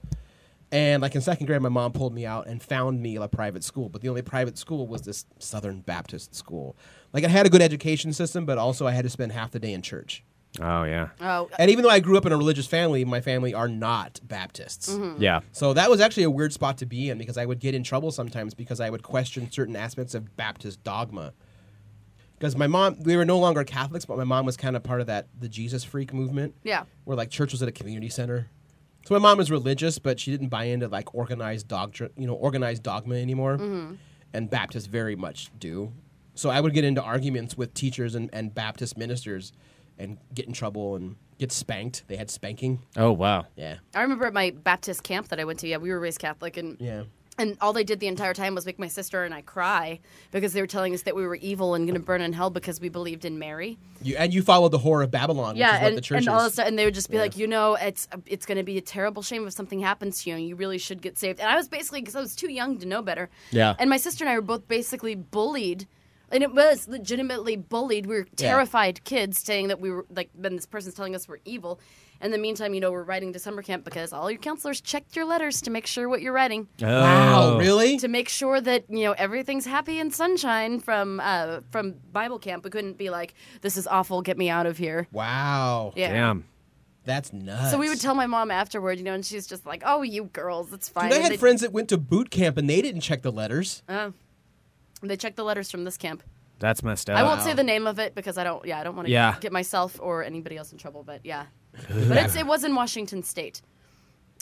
And like in second grade, my mom pulled me out and found me a private school. But the only private school was this Southern Baptist school. Like I had a good education system, but also I had to spend half the day in church.
Oh yeah,
Oh,
And even though I grew up in a religious family, my family are not Baptists.
Mm-hmm.
yeah.
So that was actually a weird spot to be in because I would get in trouble sometimes because I would question certain aspects of Baptist dogma. Because my mom, we were no longer Catholics, but my mom was kind of part of that the Jesus freak movement.
Yeah.
where like church was at a community center. So my mom was religious, but she didn't buy into like organized doctrine, you know, organized dogma anymore. And Baptists very much do. So I would get into arguments with teachers and, and Baptist ministers, and get in trouble and get spanked. They had spanking.
Oh wow.
Yeah,
I remember at my Baptist camp that I went to. Yeah, we were raised Catholic, and
yeah.
and all they did the entire time was make my sister and I cry because they were telling us that we were evil and going to burn in hell because we believed in Mary.
You and you followed the horror of Babylon, which
yeah,
is what
and,
the church
and
is.
all that stuff, and they would just be like, you know, it's it's going to be a terrible shame if something happens to you, and you really should get saved. And I was basically because I was too young to know better.
Yeah.
and my sister and I were both basically bullied. And it was legitimately bullied. We were
Yeah.
terrified kids saying that we were like, then this person's telling us we're evil. In the meantime, you know, we're writing to summer camp because all your counselors checked your letters to make sure what you're writing
Oh.
wow, really?
to make sure that you know everything's happy and sunshine from uh, from Bible camp. We couldn't be like, "This is awful. Get me out of here."
Wow,
Yeah.
Damn.
that's nuts.
So we would tell my mom afterward, you know, and she's just like, "Oh, you girls, it's fine."
Dude, I
And
had
they,
friends that went to boot camp and they didn't check the letters.
They checked the letters from this camp.
That's messed up.
I won't say the name of it because I don't. Yeah, I don't want to
Yeah.
get myself or anybody else in trouble. But yeah, but it's, it was in Washington State,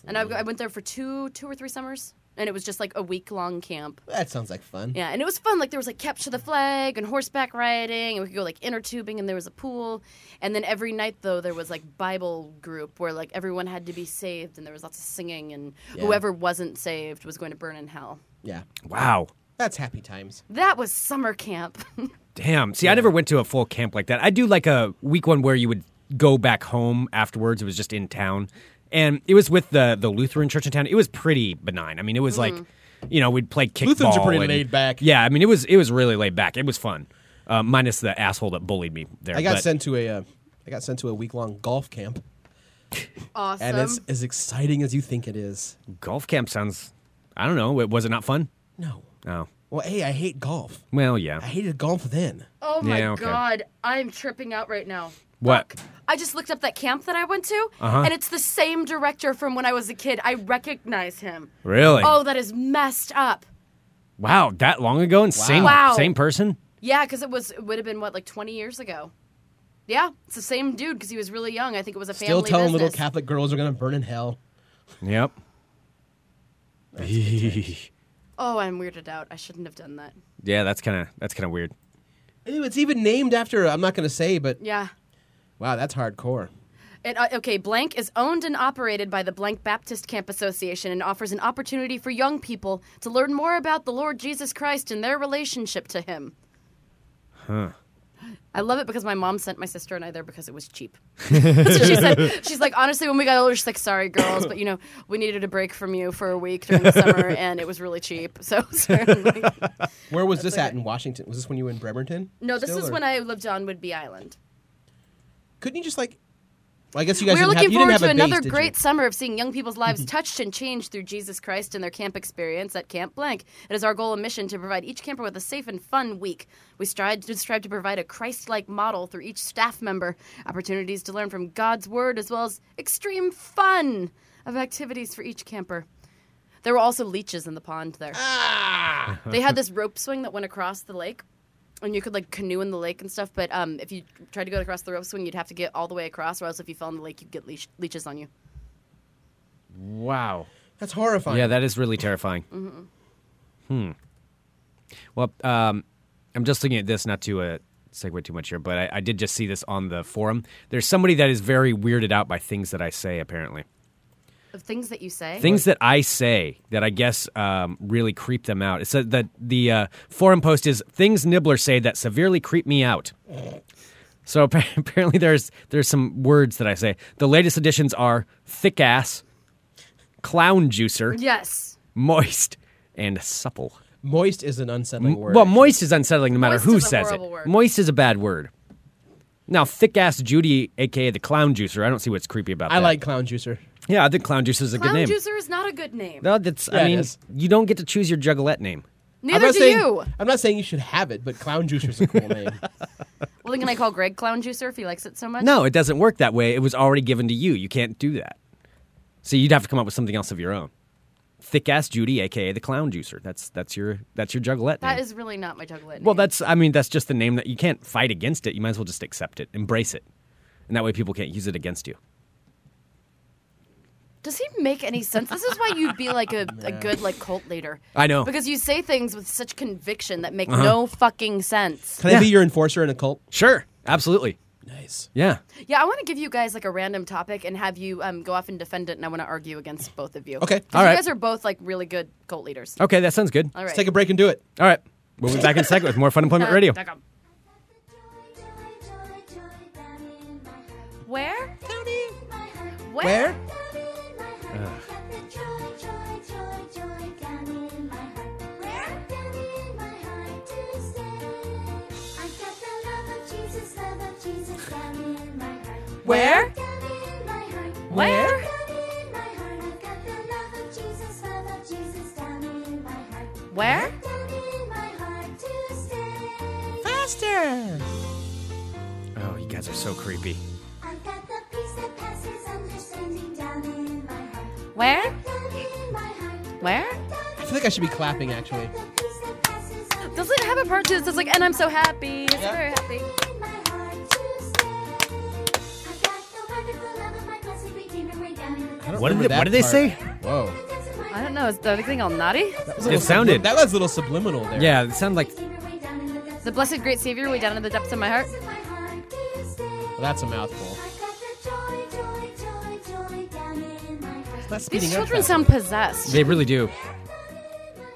and I, I went there for two, two or three summers, and it was just like a week long camp.
That sounds like fun.
Yeah, and it was fun. Like there was like capture the flag and horseback riding, and we could go like inner tubing, and there was a pool. And then every night though, there was like Bible group where like everyone had to be saved, and there was lots of singing, and
Yeah.
whoever wasn't saved was going to burn in hell.
Yeah.
Wow.
that's happy times.
That was summer camp.
Damn. See, I never went to a full camp like that. I do like a week one where you would go back home afterwards. It was just in town, and it was with the the Lutheran church in town. It was pretty benign. I mean, it was like, you know, we'd play kickball.
Mm-hmm. Lutherans are pretty
and-
laid back.
Yeah, I mean, it was it was really laid back. It was fun, uh, minus the asshole that bullied me there.
I got
but-
sent to a, uh, I got sent to a week long golf camp,
awesome.
and it's as exciting as you think it is.
golf camp. Sounds. I don't know. Was it not fun?
No.
Oh.
Well, hey, I hate golf.
Well,
I
yeah.
hated golf then.
oh my
Yeah, okay.
god, I'm tripping out right now.
What?
I just looked up that camp that I went to, and it's the same director from when I was a kid. I recognize him.
Really?
Oh, that is messed up.
Wow, that long ago and same
Wow.
same person?
Yeah, because it was it would have been what like twenty years ago. Yeah, it's the same dude because he was really young. I think it was a family
Still telling
business.
little Catholic girls are gonna burn in hell.
Yep.
oh, I'm weirded out. I shouldn't have done that.
yeah, that's kind of that's kind of weird.
Ew, It's even named after. I'm not gonna say, but
Yeah.
wow, that's hardcore.
It, uh, okay, Blank is owned and operated by the Blank Baptist Camp Association and offers an opportunity for young people to learn more about the Lord Jesus Christ and their relationship to Him. Huh. I love it because my mom sent my sister and I there because it was cheap. That's what she said. She's like, honestly, when we got older, she's like, sorry, girls, but you know, we needed a break from you for a week during the summer and it was really cheap. So, certainly.
Where was this at in Washington? Was this when you were in Bremerton?
no, this
still,
is
or-
when I lived on Woodby Island.
Couldn't you just like? Well, I guess you guys.
We're
didn't have-
looking
you didn't
forward
have
to
a base,
another
did you?
great summer of seeing young people's lives touched and changed through Jesus Christ and their camp experience at Camp Blank. It is our goal and mission to provide each camper with a safe and fun week. We strive to strive to provide a Christ-like model through each staff member, opportunities to learn from God's word as well as extreme fun of activities for each camper. There were also leeches in the pond there.
Ah!
they had this rope swing that went across the lake and you could like canoe in the lake and stuff. But um, if you tried to go across the rope swing, you'd have to get all the way across, or else if you fell in the lake, you'd get leech- leeches on you.
Wow.
That's horrifying.
Yeah, that is really terrifying. Hmm. Well, um, I'm just looking at this, not to uh, segue too much here, but I, I did just see this on the forum. There's somebody that is very weirded out by things that I say, apparently.
Of things that you say?
Things that I say that I guess um, really creep them out. It said that the uh, forum post is things Nibbler say that severely creep me out. So appa- apparently there's there's some words that I say. The latest additions are thick ass, clown juicer,
yes.
moist, and supple.
Moist is an unsettling word.
Well, moist is unsettling no matter
Moist
who
is a
says it.
horrible word.
Moist is a bad word. Now, thick ass Judy, aka the clown juicer. I don't see what's creepy about
I
that.
like clown juicer.
Yeah, I think clown juicer is a
Clown
good name.
juicer is not a good name.
No, that's.
Yeah,
I
it
mean,
is.
you don't get to choose your juggalette name.
I'm
Neither
not
do
saying
you.
I'm not saying you should have it, but clown juicer is a cool name.
Well, then can I call Greg Clown Juicer if he likes it so much?
No, it doesn't work that way. It was already given to you. You can't do that. So you'd have to come up with something else of your own. Thick ass Judy, aka the clown juicer. That's that's your that's your juggalette
That
name.
is really not my juggalette name.
well, that's. I mean, that's just the name that you can't fight against it. You might as well just accept it, embrace it, and that way people can't use it against you.
Does he make any sense? This is why you'd be like a, a good like cult leader.
I know. Uh-huh.
Because you say things with such conviction that make no fucking sense.
Can I be
Yeah.
your enforcer in a cult?
Sure, absolutely.
Nice.
Yeah.
Yeah, I want to give you guys like a random topic and have you um, go off and defend it, and I want to argue against both of you.
Okay.
'Cause
All right.
You guys are both like really good cult leaders.
Okay, that sounds good.
All
Let's
right.
take a break and do it.
All right, we'll be back in a second with more Fun Employment Radio.
Uh, Where?
Where?
Where? Where? Where?
Faster.
Oh, you guys are so creepy.
I've got the peace that passes understanding down in my heart.
Where?
Down in my heart.
Where?
I feel like I should be clapping actually.
The peace that passes
Does it have a part to this? It's like, and I'm so happy. It's very happy.
understanding my heart to stay. I've got the wonderful love of my blessed Redeemer way down in the
What did
remember
they,
that
what did they
part.
say?
Whoa.
I don't know. Is the thing all naughty?
That was a little
sounded-
sublim- that was a little subliminal there.
Yeah, it sounded like
The blessed great savior way down in the depths of my heart.
Well, that's a mouthful. That's
These
speeding up
children
fast.
sound possessed.
they really do.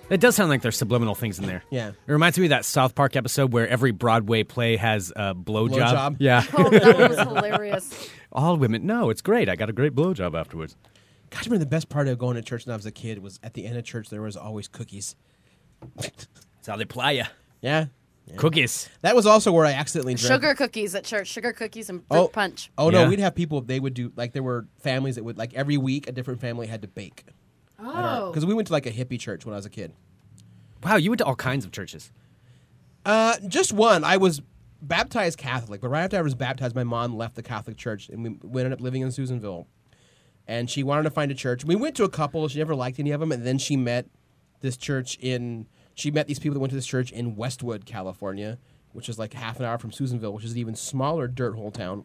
It does sound like there's subliminal things in there.
Yeah.
It reminds me of that South Park episode where every Broadway play has a blowjob.
Blowjob.
Yeah.
Oh, that one was hilarious.
All women. No, it's great. I got a great blowjob afterwards.
God, I remember the best part of going to church when I was a kid was at the end of church there was always cookies.
That's how they ply ya.
Yeah.
Cookies.
That was also where I accidentally drank.
Sugar cookies at church. Sugar cookies and fruit
Oh.
punch.
Oh no,
Yeah.
we'd have people. They would do like there were families that would like every week a different family had to bake.
Oh.
Because we went to like a hippie church when I was a kid.
Wow, you went to all kinds of churches.
Uh, just one. I was baptized Catholic, but right after I was baptized, my mom left the Catholic church, and we, we ended up living in Susanville. And she wanted to find a church. We went to a couple. She never liked any of them, and then she met this church in. She met these people that went to this church in Westwood, California, which is like half an hour from Susanville, which is an even smaller dirt hole town.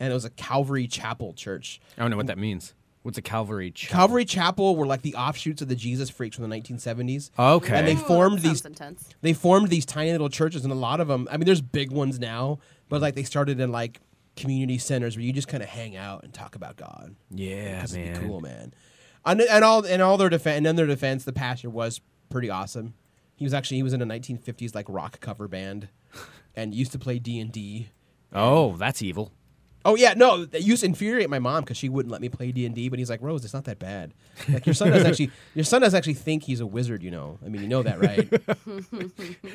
And it was a Calvary Chapel church.
I don't know what that means. What's a Calvary church?
Calvary Chapel were like the offshoots of the Jesus Freaks from the 1970s.
Okay.
And they
Ooh,
formed
Sounds
these
intense.
they formed these tiny little churches and a lot of them I mean there's big ones now, but like they started in like community centers where you just kind of hang out and talk about God.
yeah,
'Cause it'd
man.
be cool, man. And, and all and all their defense and in their defense the pastor was pretty awesome. He was actually he was in a 1950s like rock cover band and used to play D&D.
Oh, that's evil.
Oh yeah, no, that used to infuriate my mom because she wouldn't let me play D and D. But he's like, Rose, it's not that bad. Like your son doesn't actually, your son doesn't actually think he's a wizard. You know, I mean, you know that, right?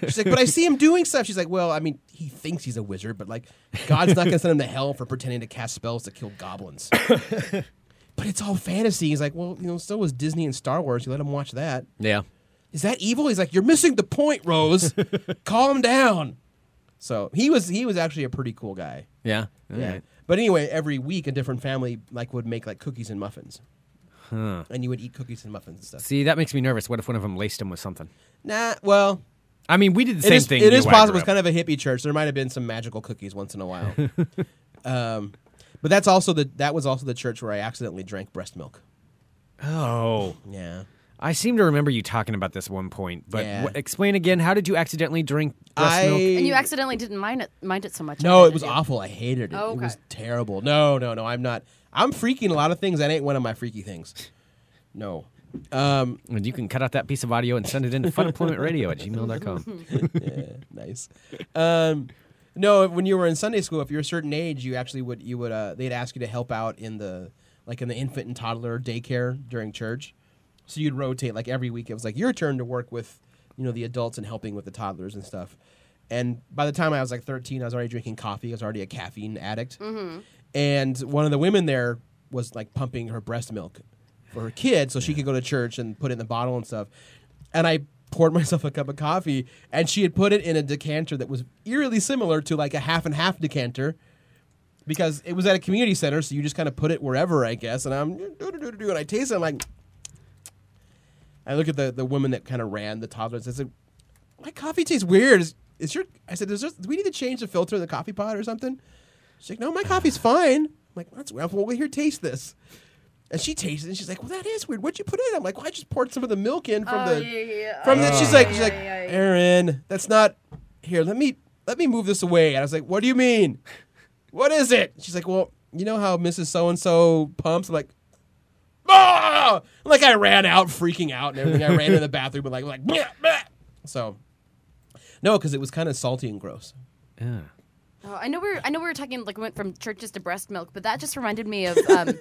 She's like, but I see him doing stuff. She's like, well, I mean, he thinks he's a wizard, but like, God's not gonna send him to hell for pretending to cast spells to kill goblins. but it's all fantasy. He's like, well, you know, so was Disney and Star Wars. You let him watch that.
Yeah.
Is that evil? He's like, you're missing the point, Rose. Calm down. So he was he was actually a pretty cool guy.
Yeah. All
Yeah.
right.
But anyway, every week a different family like would make like cookies and muffins. And you would eat cookies and muffins and stuff.
See, that makes me nervous. What if one of them laced him with something?
Nah, well,
I mean, we did the
it
same
is,
thing.
it is possible. It's kind of a hippie church. There might have been some magical cookies once in a while. um, but that's also the that was also the church where I accidentally drank breast milk.
Oh.
Yeah.
I seem to remember you talking about this at one point, but
Yeah.
wh- explain again. How did you accidentally drink breast
I
milk?
And you accidentally didn't mind it, mind it so much.
No,
either,
it was
did you?
awful. I hated it.
Oh,
It
okay.
was terrible. No, no, no. I'm not. I'm freaking a lot of things. That ain't one of my freaky things. No. Um,
And you can cut out that piece of audio and send it into funemploymentradio at gmail.com.
nice. Um, no, when you were in Sunday school, if you're a certain age, you actually would you would uh, they'd ask you to help out in the like in the infant and toddler daycare during church. So you'd rotate like every week. It was like your turn to work with you know the adults and helping with the toddlers and stuff. And by the time I was like 13, I was already drinking coffee. I was already a caffeine addict. And one of the women there was like pumping her breast milk for her kid so she could go to church and put it in the bottle and stuff. And I poured myself a cup of coffee and she had put it in a decanter that was eerily similar to like a half and half decanter because it was at a community center so you just kind of put it wherever I guess and I'm and I taste it I'm like I look at the, the woman that kind of ran the toddler and I said my coffee tastes weird is, is your I said is there, do we need to change the filter in the coffee pot or something she's like no my coffee's fine I'm like that's weird well here taste this and she tastes it and she's like well that is weird what'd you put in I'm like well I just poured some of the milk in from
Oh,
the
yeah, yeah.
from
oh,
the she's
yeah,
like she's
yeah,
like
yeah, yeah.
Aaron, that's not here. Let me let me move this away. And I was like, what do you mean? What is it? She's like, well, you know how Mrs. So and So pumps. I'm like, ah! like I ran out, freaking out and everything. I ran to the bathroom, but like like bleh, bleh. so. No, because it was kind of salty and gross.
Yeah.
Oh, I know we were, I know we were talking like we went from churches to breast milk, but that just reminded me of um,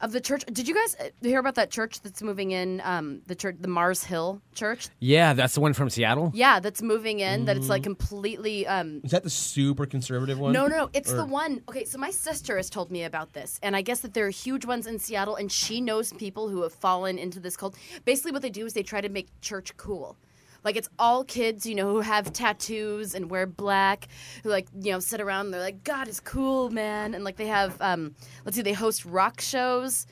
of the church. Did you guys uh, hear about that church that's moving in um, the church, the Mars Hill Church?
yeah, that's the one from Seattle?
Yeah, that's moving in. That it's like completely um,
Is that the super conservative one?
No, no, no. It's
Or-
the one. Okay, so my sister has told me about this, and I guess that there are huge ones in Seattle, and she knows people who have fallen into this cult. Basically, what they do is they try to make church cool. Like it's all kids, you know, who have tattoos and wear black, who like you know sit around. and They're like, God is cool, man, and like they have, um, let's see, they host rock shows,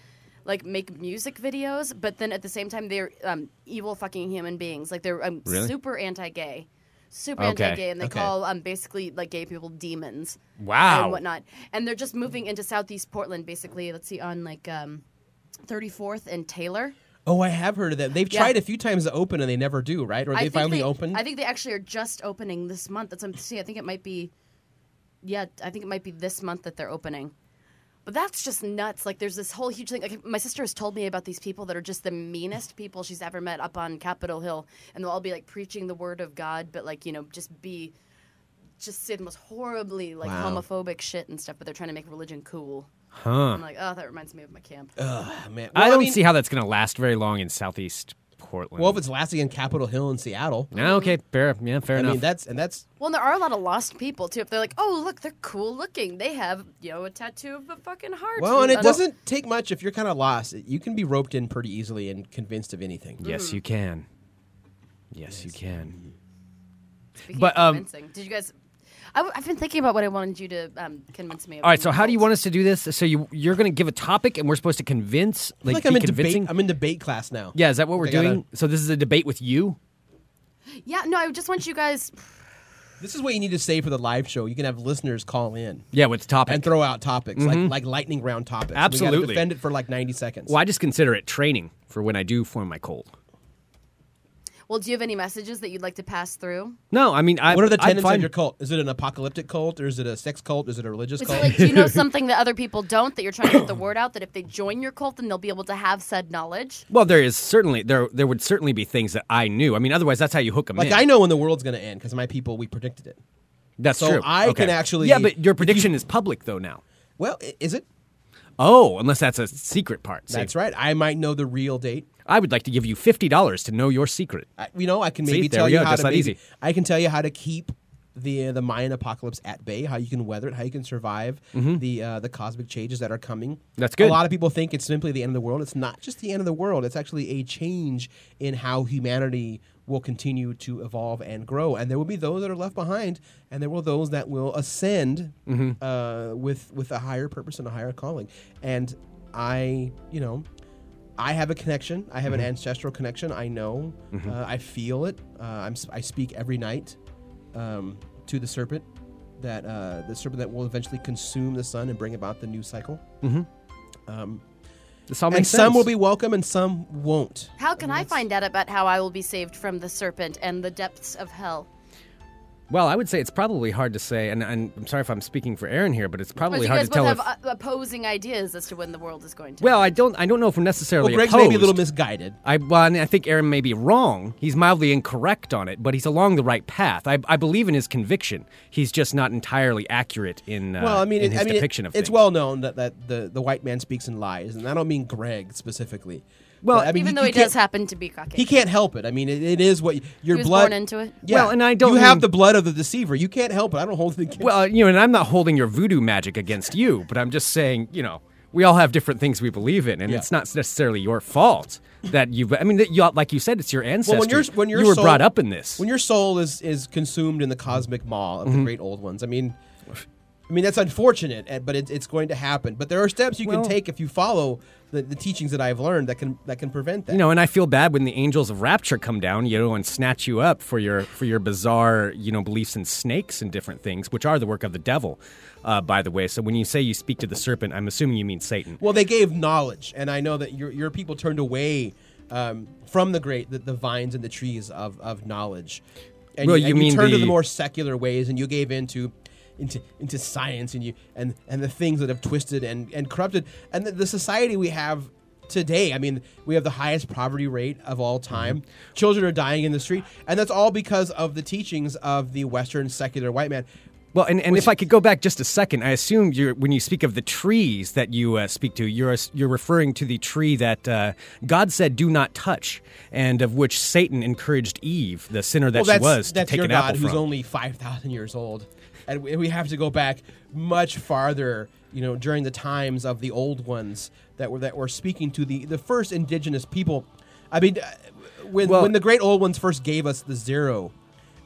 like make music videos, but then at the same time they're um, evil fucking human beings. Like they're um,
Really?
super anti-gay, super
Okay.
anti-gay, and they
Okay.
call um, basically like gay people demons
Wow.
and whatnot. And they're just moving into Southeast Portland, basically. Let's see, on like um, 34th and Taylor.
Oh, I have heard of that. They've
Yeah.
tried a few times to open and they never do, right? Or they
I think
finally
they,
open.
I think they actually are just opening this month. That's what I'm saying. I think it might be, yeah, I think it might be this month that they're opening. But that's just nuts. Like, there's this whole huge thing. Like, my sister has told me about these people that are just the meanest people she's ever met up on Capitol Hill, and they'll all be like preaching the word of God, but like, you know, just be, just say the most horribly like
Wow.
homophobic shit and stuff. But they're trying to make religion cool.
huh.
I'm like, oh, that reminds me of my camp.
Ah, man.
I
Well,
don't
mean,
see how that's going to last very long in Southeast Portland.
Well, if it's lasting in Capitol Hill in Seattle,
Ah, okay, fair. Yeah, fair
I
enough.
mean that's and that's
Well, and there are a lot of lost people too. If they're like, oh, look, they're cool looking. They have, you know, a tattoo of a fucking heart.
Well, and it
Uh,
doesn't take much if you're kind of lost. You can be roped in pretty easily and convinced of anything.
yes, you can. Yes, you can.
Speaking
But,
but
um,
um, did you guys? I, have been thinking about what I wanted you to um, convince me. of.
All right, so how do you want us to do this? So you you're going to give a topic, and we're supposed to convince,
I feel
like,
like
be
I'm in
convincing.
debate. I'm in debate class now.
yeah, is that what we're
I gotta-
doing? So this is a debate with you.
Yeah, no, I just want you guys.
This is what you need to say for the live show. You can have listeners call in
Yeah, with topic.
and throw out topics like like lightning round topics. We gotta
Absolutely.
defend it for like 90 seconds.
well, I just consider it training for when I do form my cold.
Well, do you have any messages that you'd like to pass through?
No, I mean, I,
What are the
I'm
tenets
fine-
of your cult? Is it an apocalyptic cult or is it a sex cult? Is it a religious
Is
cult?
it like, do you know something that other people don't that you're trying to get the word out that if they join your cult, then they'll be able to have said knowledge?
Well, there is certainly there there would certainly be things that I knew. I mean, otherwise that's how you hook them
like
in.
I know when the world's going to end because my people we predicted it.
that's
so
true.
I
Okay.
can actually-
Yeah, but your
if
prediction is public though now.
Well, i- is it?
Oh, unless that's a secret part. See,
That's right. I might know the real date.
I would like to give you fifty dollars to know your secret.
I, you know, I can
See,
maybe
there
tell
we
you
go.
how
Just
to
that
maybe-
easy.
I can tell you how to keep the the Mayan apocalypse at bay, how you can weather it, how you can survive the uh, the cosmic changes that are coming.
Mm-hmm. That's good.
A lot of people think it's simply the end of the world. It's not just the end of the world. It's actually a change in how humanity will continue to evolve and grow. And there will be those that are left behind, and there will those that will ascend
Mm-hmm.
uh, with with a higher purpose and a higher calling. And I, you know, I have a connection. I have
Mm-hmm.
an ancestral connection. I know. Uh, I feel it. Uh, I'm, s- I speak every night um, to the serpent, that uh, the serpent that will eventually consume the sun and bring about the new cycle. Um,
This all
and
makes
some
sense.
will be welcome and some won't.
How can I find out about how I will be saved from the serpent and the depths of hell?
Well, I would say it's probably hard to say, and, and I'm sorry if I'm speaking for Aaron here, but it's
Because
probably
you
hard
guys
to tell
both
if.
have uh, opposing ideas as to when the world is going to.
well, I don't. I don't know if we're
Well,
necessarily.
Greg's
opposed.
maybe a little misguided.
I well, and I think Aaron may be wrong. He's mildly incorrect on it, but he's along the right path. I, I believe in his conviction. He's just not entirely accurate in. Uh,
Well, I mean,
in
it-
his
I mean, it-
depiction of
it's
things.
well known that, that the, the white man speaks in lies, and I don't mean Greg specifically.
Well,
But, I mean,
even
you-
though
you
he does
can't-
happen to be Caucasian.
he can't help it. I mean, it, it is what y- your
He was
blood
born into it.
Yeah,
Well, and I don't
You have
mean-
the blood of the deceiver. You can't help it. I don't hold it against.
Well, you know, and I'm not holding your voodoo magic against you, but I'm just saying, you know, we all have different things we believe in, and
Yeah.
it's not necessarily your fault that you. I mean, that you, like you said, it's your ancestry.
Well, when your when your
you were
soul-
brought up in this, Mm-hmm.
when your soul is is consumed in the cosmic maw of the great old ones. I mean, I mean that's unfortunate, eh, but it, it's going to happen. But there are steps you
Well-
can take if you follow the, the teachings that I've learned that can that can prevent that.
you know, and I feel bad when the angels of rapture come down, you know, and snatch you up for your for your bizarre, you know, beliefs in snakes and different things, which are the work of the devil, uh, by the way. So when you say you speak to the serpent, I'm assuming you mean Satan.
Well, they gave knowledge, and I know that your your people turned away um, from the great the, the vines and the trees of, of knowledge. And
Well,
you,
you
and
mean
turned to the
the-
more secular ways, and you gave into into into science and you and and the things that have twisted and and corrupted and the, the society we have today i mean we have the highest poverty rate of all time
Mm-hmm.
children are dying in the street and that's all because of the teachings of the western secular white man
Well, and, and if I could go back just a second, I assume you're, when you speak of the trees that you uh, speak to, you're, you're referring to the tree that uh, God said, do not touch, and of which Satan encouraged Eve, the sinner that
well, that's,
she was,
that's
to take
your
an
God
apple
who's
from.
only five thousand years old, and we we have to go back much farther. You know, during the times of the old ones that were that were speaking to the the first indigenous people. I mean, uh, when
Well-
when the great old ones first gave us the zero,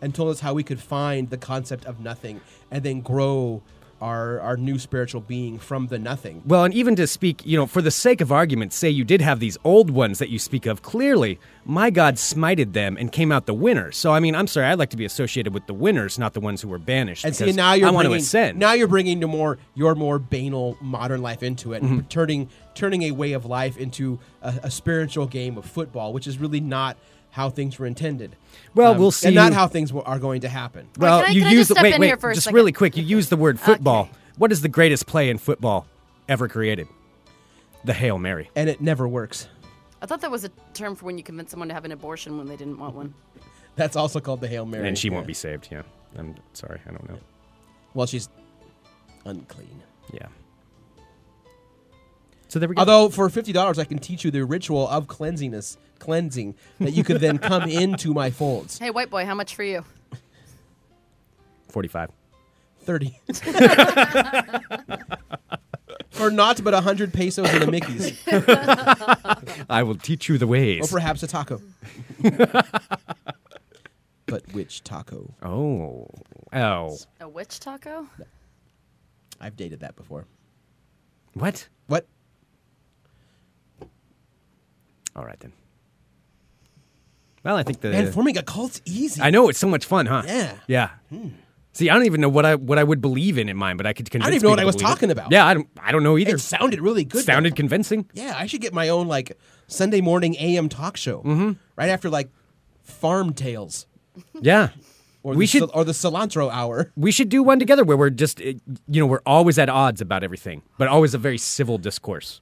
and told us how we could find the concept of nothing and then grow our our new spiritual being from the nothing.
Well, and even to speak, you know, for the sake of argument, say you did have these old ones that you speak of, clearly, my God smited them and came out the winner. So, I mean, I'm sorry, I'd like to be associated with the winners, not the ones who were banished.
And see,
because
now you're
I want to
bringing,
ascend.
Now you're bringing the more your more banal modern life into it,
Mm-hmm.
and turning turning a way of life into a, a spiritual game of football, which is really not how things were intended. Um,
Well, we'll see.
and not how things were, are going to happen.
Wait,
Well,
can I-
you
can I
use
just
the
step
wait,
in
wait,
here for a
just
second?
really quick. You use the word football. What is the greatest play in football ever created? The Hail Mary.
And it never works.
I thought that was a term for when you convince someone to have an abortion when they didn't want one.
That's also called the Hail Mary.
And she won't
Yeah.
be saved. Yeah, I'm sorry, I don't know.
Well, she's unclean.
Yeah. So there we go.
Although for fifty dollars, I can teach you the ritual of cleansingness, cleansing that you could then come into my folds.
Hey, white boy, how much for you?
forty-five.
Thirty. For naught but a hundred pesos and a Mickey's.
I will teach you the ways.
Or perhaps a taco. but which taco?
oh, oh,
A witch taco?
I've dated that before.
what?
What?
All right then. Well, I think the
Man, forming a cult's easy.
I know it's so much fun, huh?
Yeah. Hmm.
Yeah. See, I don't even know what I what I would believe in in mine, but I could convince.
even know what
people
I was
to believe it.
talking about.
Yeah, I don't. I don't know either.
It sounded really good. though.
sounded convincing.
Yeah, I should get my own like Sunday morning AM talk show. Mm-hmm. Right after like Farm Tales Hmm.
Yeah.
or
We
the,
should-
cil- or the Cilantro Hour.
We should do one together where we're just, eh, you know, we're always at odds about everything, but always a very civil discourse.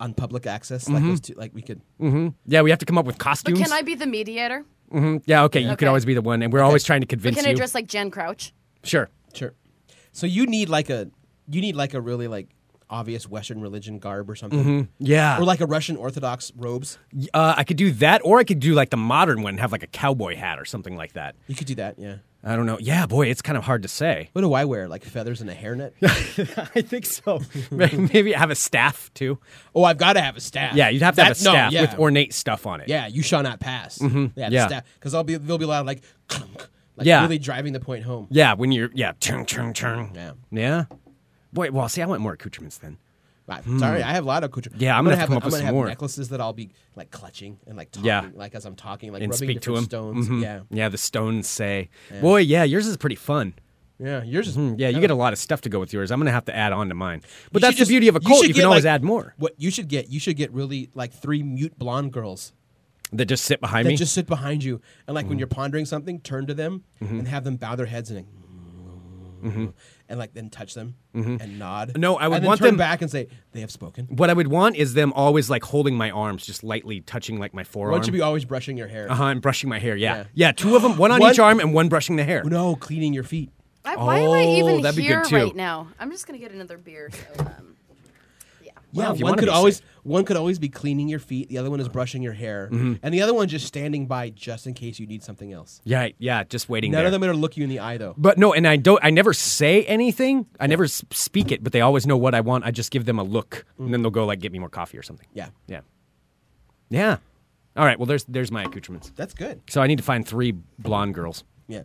on public access.
Mm-hmm.
Like those two, like we could.
Yeah, we have to come up with
But
costumes.
can I be the mediator?
Yeah, okay, you could
Okay.
always be the one, and we're always trying to
But
convince
can
you.
I dress like Jen Crouch?
sure.
Sure. So you need like a you need like a really like obvious Western religion garb or something,
Mm-hmm. Yeah.
or like a Russian Orthodox robes.
uh, I could do that, or I could do like the modern one, and have like a cowboy hat or something like that.
You could do that. Yeah.
I don't know. Yeah, boy, it's kind of hard to say.
What do I wear? Like feathers and a hairnet?
I think so. Maybe have a staff too.
oh, I've got to have a staff.
Yeah, you'd have to have a
That- no,
staff
yeah.
with ornate stuff on it.
Yeah, you shall not pass. Yeah,
yeah.
Because I'll be they'll be loud like, clunk, like
Yeah.
really driving the point home.
Yeah, when you're yeah, chung chung chung.
Yeah.
Yeah. Boy, well, see, I want more accoutrements then.
Right. Sorry, I have a lot of couture.
Hmm. Yeah, I'm gonna have to
a-
come up
I'm
with
gonna
some
have
more.
necklaces that I'll be like clutching and like talking,
Yeah.
like as I'm talking, like
and
rubbing
speak to Mm-hmm.
different
him.
stones.
Mhm.
Yeah.
yeah. The stones say, "Boy, yeah, yours is pretty fun."
Yeah, yours is.
Mm-hmm. Yeah, you get a lot of stuff to go with yours. I'm going to have to add on to mine. But
You
that's
should
the
just-
beauty of a
you
cult.
should
You, can
get,
always
like-
add more
What you should get, you should get really like three mute blonde girls
that just sit behind
that
me. Mm.
just sit behind you, and like when you're pondering something, turn to them
Mm-hmm.
and have them bow their heads and. like, And like then touch them and nod.
Mm-hmm. No, I would
and then
want
turn
them-
back and say they have spoken.
what I would want is them always like holding my arms, just lightly touching like my
Why
forearm.
don't you be always brushing your hair?
uh-huh, and brushing my hair. Yeah.
Yeah.
yeah. two of them, one on
One-
each arm and one brushing the hair.
Oh, No, cleaning your feet.
I, why am I
Oh,
even
that'd be good
here
too.
right now? I'm just gonna get another beer. So, um,
Yeah,
Well, if you
one
wanna
could
be
always one could always be cleaning your feet. The other one is brushing your hair,
Mm-hmm.
and the other one just standing by just in case you need something else.
Yeah, yeah, just waiting
None
there.
of them are gonna look you in the eye though.
but no, and I don't. I never say anything. I never s- speak it, but they always know what I want. I just give them a look, and then they'll go like, "Get me more coffee or something."
Mm. Yeah,
Yeah, yeah. All right. Well, there's there's my accoutrements.
that's good.
So I need to find three blonde girls.
Yeah,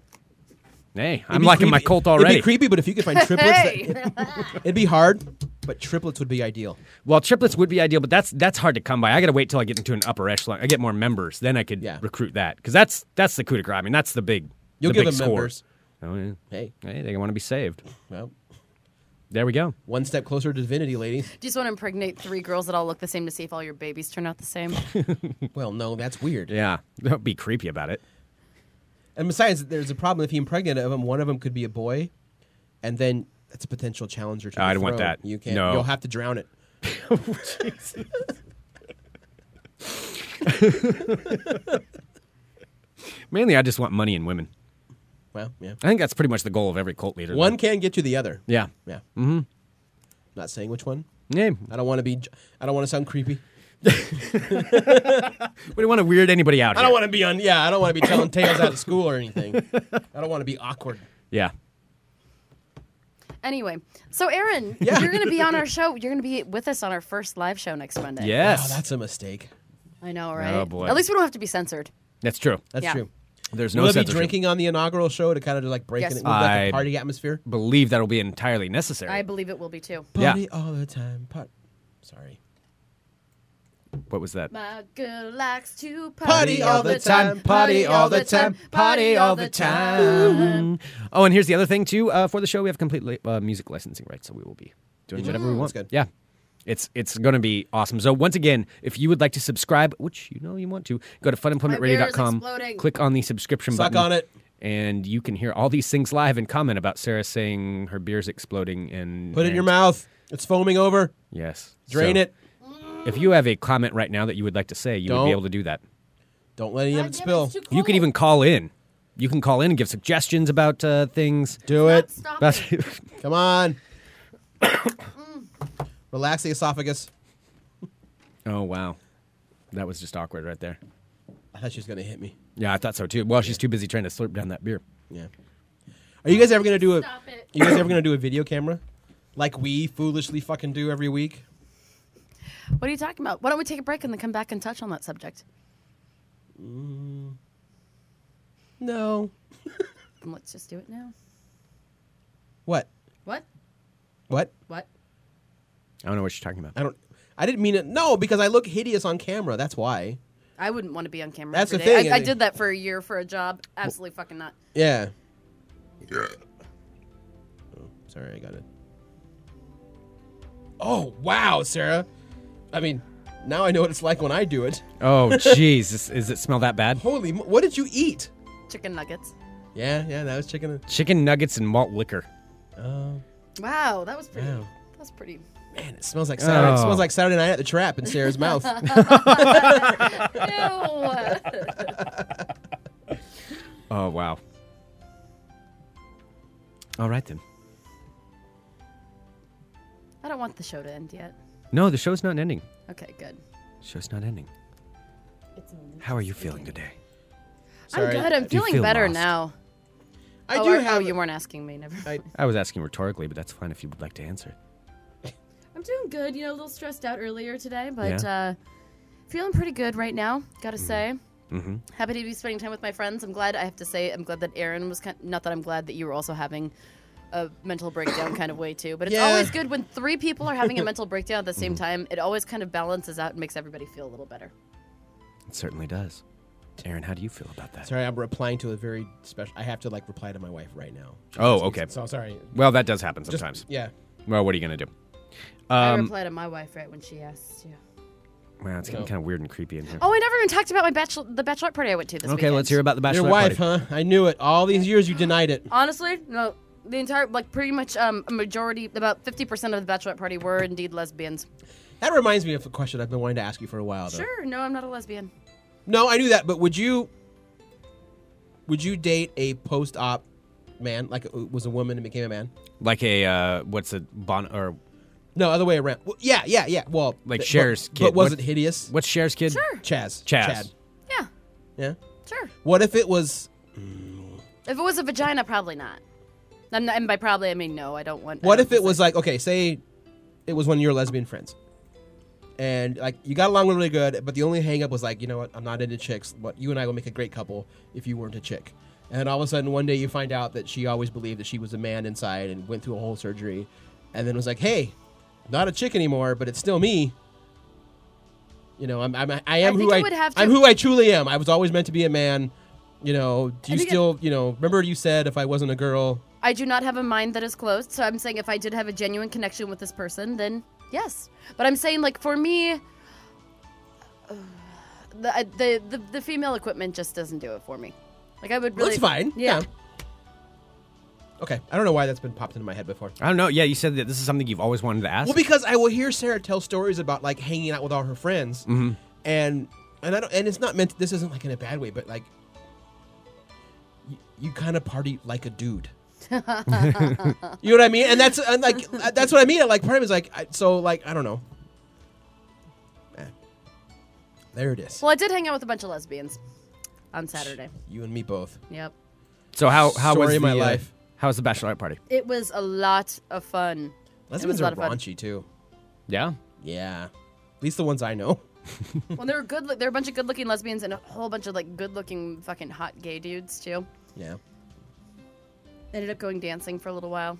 Hey,
It'd
I'm
be
liking my
creepy-
cult already.
It'd be creepy, but if you could find triplets, that, it'd be hard. But triplets would be ideal.
Well, triplets would be ideal, but that's that's hard to come by. I got to wait till I get into an upper echelon. I get more members, then I could
Yeah.
recruit that because that's that's the coup de grace. I mean, that's the big.
You'll
the
give
big
them
score.
members.
Oh, yeah.
Hey,
Hey, they want to be saved.
well,
There we go.
one step closer to divinity, ladies.
do you just want to impregnate three girls that all look the same to see if all your babies turn out the same?
Well, no, that's weird.
Yeah, don't be creepy about it.
And besides, there's a problem if you impregnate of them. One of them could be a boy, and then that's a potential challenger to.
I
the
don't want
throne.
that.
You can't.
No.
You'll have to drown it.
Mainly, I just want money and women.
Well, yeah.
I think that's pretty much the goal of every cult leader.
One
though.
can get to the other.
Yeah.
Yeah. Mm-hmm. Not saying which one.
Yeah.
I don't want to be. j- I don't want to sound creepy.
We don't want to weird anybody out.
I don't want to be on. Yeah, I don't want to be telling tales out of school or anything. I don't want to be awkward.
Yeah.
Anyway, so Aaron, you're gonna be on our show. You're gonna be with us on our first live show next Monday.
Oh,
Yes.
that's a mistake.
I know, right?
Oh,
boy.
At least we don't have to be censored.
that's true.
That's
Yeah.
true.
There's no
Will they be
censorship.
drinking on the inaugural show to kind of like break
Yes.
it with like a
I-
party atmosphere?
Believe that'll be entirely necessary.
I believe it will be too.
Yeah.
Party all the time. Part- Sorry.
what was that?
My girl likes to
Party all the time,
party all the time, party all the time. Oh, and here's the other thing too. Uh, for the show, we have complete li- uh, music licensing rights, so we will be doing whatever we want.
That's good.
Yeah. It's it's going to be awesome. So once again, if you would like to subscribe, which you know you want to, go to
My beer is
funemploymentradio.com,
exploding.
click on the subscription
Suck
button.
on it.
And you can hear all these things live and comment about Sarah saying her beer's exploding and
Put it in
and-
your mouth. It's foaming over.
Yes.
Drain
So
it.
If you have a comment right now that you would like to say, you would
Don't.
be able to do that.
Don't let any of it spill.
You can even call in. You can call in and give suggestions about uh, things.
Do it.
Stop
That's-
it.
Come on. Mm. Relax the esophagus.
oh wow, that was just awkward right there.
I thought she was gonna hit me.
Yeah, I thought so too. Well, she's too busy trying to slurp down that beer.
Yeah. Are you guys ever gonna do a?
Stop it.
You guys ever gonna do a video camera, like we foolishly fucking do every week?
What are you talking about? Why don't we take a break and then come back and touch on that subject?
No.
And let's just do it now.
What?
What?
What?
What?
I don't know what you're talking about.
I don't. I didn't mean it. No, because I look hideous on camera. That's why.
I wouldn't want to be on camera.
That's
every
the
day.
thing,
I, I
Ellie.
did that for a year for a job. Absolutely fucking not.
Yeah. Oh, sorry, I got it. Oh wow, Sarah. I mean, now I know what it's like when I do it.
Oh jeez, is, is it smell that bad?
Holy, mo- what did you eat?
Chicken nuggets.
Yeah, yeah, that was chicken.
Chicken nuggets and malt liquor.
Oh
Wow, that was pretty.
Wow.
That was pretty.
man, it smells like Saturday. It
Oh.
smells like Saturday night at the trap in Sarah's mouth.
Ew.
Oh wow. All right then.
I don't want the show to end yet.
No, the show's not ending.
Okay, good.
The show's not ending. How are you feeling today?
Sorry.
I'm good. I'm
Do you
feeling
feel
better
lost?
now.
I
oh,
do
or-
have.
Oh, you weren't asking me. Never.
I-
mind.
I was asking rhetorically, but that's fine if you would like to answer it.
I'm doing good. You know, a little stressed out earlier today, but
Yeah. Mm-hmm.
uh, feeling pretty good right now. Gotta say. Happy to be spending time with my friends. I'm glad. I have to say, I'm glad that Aaron was kind. Not that I'm glad that you were also having a mental breakdown kind of way too, but it's
Yeah.
always good when three people are having a mental breakdown at the
Mm-hmm.
same time. It always kind of balances out and makes everybody feel a little better.
It certainly does.
it.
Aaron, how do you feel about that?
Sorry, I'm replying to a very special. I have to like reply to my wife right now.
Oh, okay.
So sorry.
Well, that does happen
Just-
sometimes.
yeah.
Well, what are you gonna do?
I
Um,
reply to my wife right when she asks you.
well, it's getting
No.
kind of weird and creepy in here.
Oh, I never even talked about my bachelor, the bachelorette party I went to this
okay, let's hear about the bachelor
Your wife, huh? I knew it. All these years you denied it.
Honestly, no. The entire, like, pretty much um, a majority, about 50% of the bachelorette party were indeed lesbians.
That reminds me of a question I've been wanting to ask you for a while. Though.
Sure, no, I'm not a lesbian.
No, I knew that, but would you would you date a post-op man like it was a woman and became a man?
Like a uh, what's a bon or
No, other way around. Well, yeah, yeah, yeah. Well,
Like
but-
Cher's
but,
kid.
But was
What-
it hideous?
what's Cher's kid? Sure.
Chaz.
Chaz.
Chad.
Yeah,
Yeah.
sure.
What if it was
If it was a vagina, probably not. I'm not- and by probably, I mean no, I don't want. I
What
don't
if it
want
was like okay, say it was one of your lesbian friends, and like you got along really good, but the only hang up was like, you know what, I'm not into chicks, but you and I will make a great couple if you weren't a chick. And all of a sudden, one day you find out that she always believed that she was a man inside and went through a whole surgery, and then was like, hey, not a chick anymore, but it's still me. You know, I'm, I'm I am
I
who
think I
I
would have to-
I'm who I truly am. I was always meant to be a man. You know,
I
do you
think it-
still, you know, remember you said if I wasn't a girl,
I do not have a mind that is closed, so I'm saying if I did have a genuine connection with this person, then yes. But I'm saying like for me, uh, the, I- the the the female equipment just doesn't do it for me. Like I would really.
Looks fine.
Yeah.
Okay, I don't know why that's been popped into my head before.
I don't know. Yeah, you said that this is something you've always wanted to ask.
Well, because I will hear Sarah tell stories about like hanging out with all her friends, and and I don't, and it's not meant. This isn't like in a bad way, but like you, you kind of party like a dude. you know what I mean? And that's and like uh, that's what I mean. Like part of me is like I, so like I don't know. Eh. There it is.
Well, I did hang out with a bunch of lesbians on Saturday.
You and me both.
Yep.
so how how
Story
was
of my
the, uh,
life.
how was the bachelorette party?
It was a lot of fun.
Lesbians
a lot
are
of fun.
raunchy too.
Yeah.
Yeah, at least the ones I know.
Well, there were good. There were a bunch of good-looking lesbians and a whole bunch of like good-looking fucking hot gay dudes too.
Yeah.
Ended up going dancing for a little while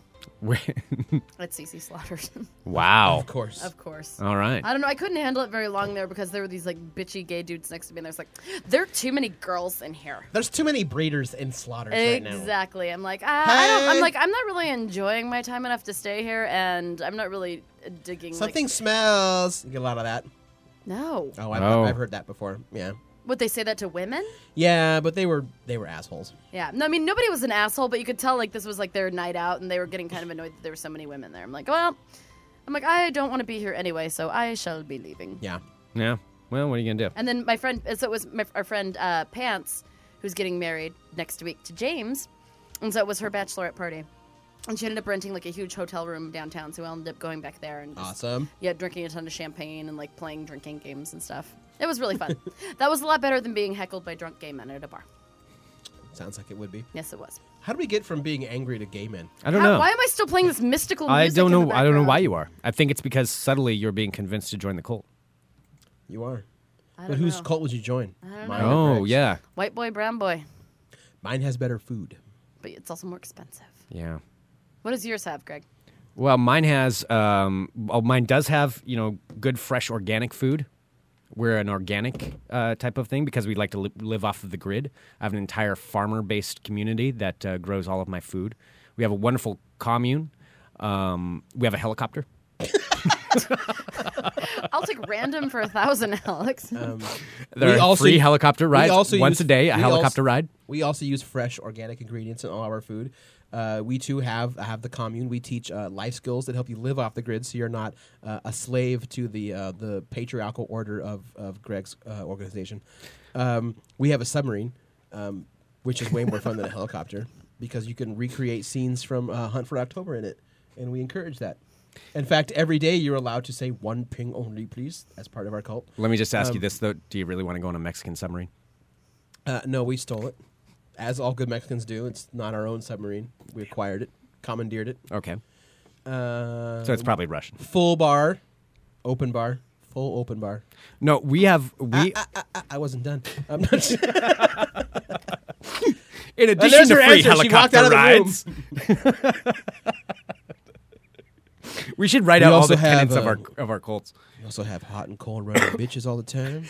at CC Slaughter's,
wow.
Of course.
of
Oh.
course.
All right.
I don't know. I couldn't handle it very long there because there were these like bitchy gay dudes next to me, and there's like, there are too many girls in here.
There's too many breeders and slaughters right now.
Exactly. I'm like, ah, I don't, I'm
Hey.
like, I'm not really enjoying my time enough to stay here, and I'm not really digging. like-
Something smells. You get a lot of that.
no.
Oh, I've,
Oh.
I've heard that before. Yeah,
Would they say that to women?
yeah, but they were they were assholes.
Yeah. No, I mean nobody was an asshole, but you could tell like this was like their night out, and they were getting kind of annoyed that there were so many women there. I'm like, well, I'm like, I don't want to be here anyway, so I shall be leaving.
Yeah,
Yeah. Well, what are you gonna do?
And then my friend, so it was my, our friend uh, Pants, who's getting married next week to James, and so it was her bachelorette party, and she ended up renting like a huge hotel room downtown. So we all ended up going back there and just,
awesome.
yeah, drinking a ton of champagne and like playing drinking games and stuff. It was really fun. that was a lot better than being heckled by drunk gay men at a bar.
Sounds like it would be.
Yes, it was.
How do we get from being angry to gay men?
I don't
How-
know.
Why am I still playing this mystical?
I
music
don't
in the
know. I don't know why
background?
you are. I think it's because subtly you're being convinced to join the cult.
You are.
don't
But whose
know.
cult would you join? Mine or
Oh
Greg's.
yeah.
White boy, brown boy,
Mine has better food.
but it's also more expensive.
Yeah.
What does yours have, Greg?
Well, mine has. Um, well, mine does have you know good fresh organic food. We're an organic uh, type of thing because we like to li- live off of the grid. I have an entire farmer-based community that uh, grows all of my food. We have a wonderful commune. Um, we have a helicopter.
I'll take random for a thousand, Alex.
Um,
There
We
are
also-
free helicopter
we
rides
also
once
use-
a day. A
we also-
helicopter ride.
We also use fresh organic ingredients in all our food. Uh, we too have have the commune. We teach uh, life skills that help you live off the grid, so you're not uh, a slave to the uh, the patriarchal order of of Greg's uh, organization. Um, we have a submarine, um, which is way more fun than a helicopter because you can recreate scenes from uh, Hunt for October in it, and we encourage that. In fact, every day you're allowed to say one ping only, please, as part of our cult.
Let me just ask
Um,
you this though: Do you really want to go on a Mexican submarine?
Uh, no, we stole it, as all good Mexicans do. It's not our own submarine. We acquired it, commandeered it.
Okay,
Uh,
so it's probably Russian.
full bar, open bar, full open bar.
No, we have we.
I, I wasn't done. I'm not. sure.
in
there's
addition to
her
free
answer. She walked out
helicopter
of the
rides. we should write
We
out all
also
the tenants
have,
of
uh,
our of our cults.
You also have hot and cold running bitches all the time.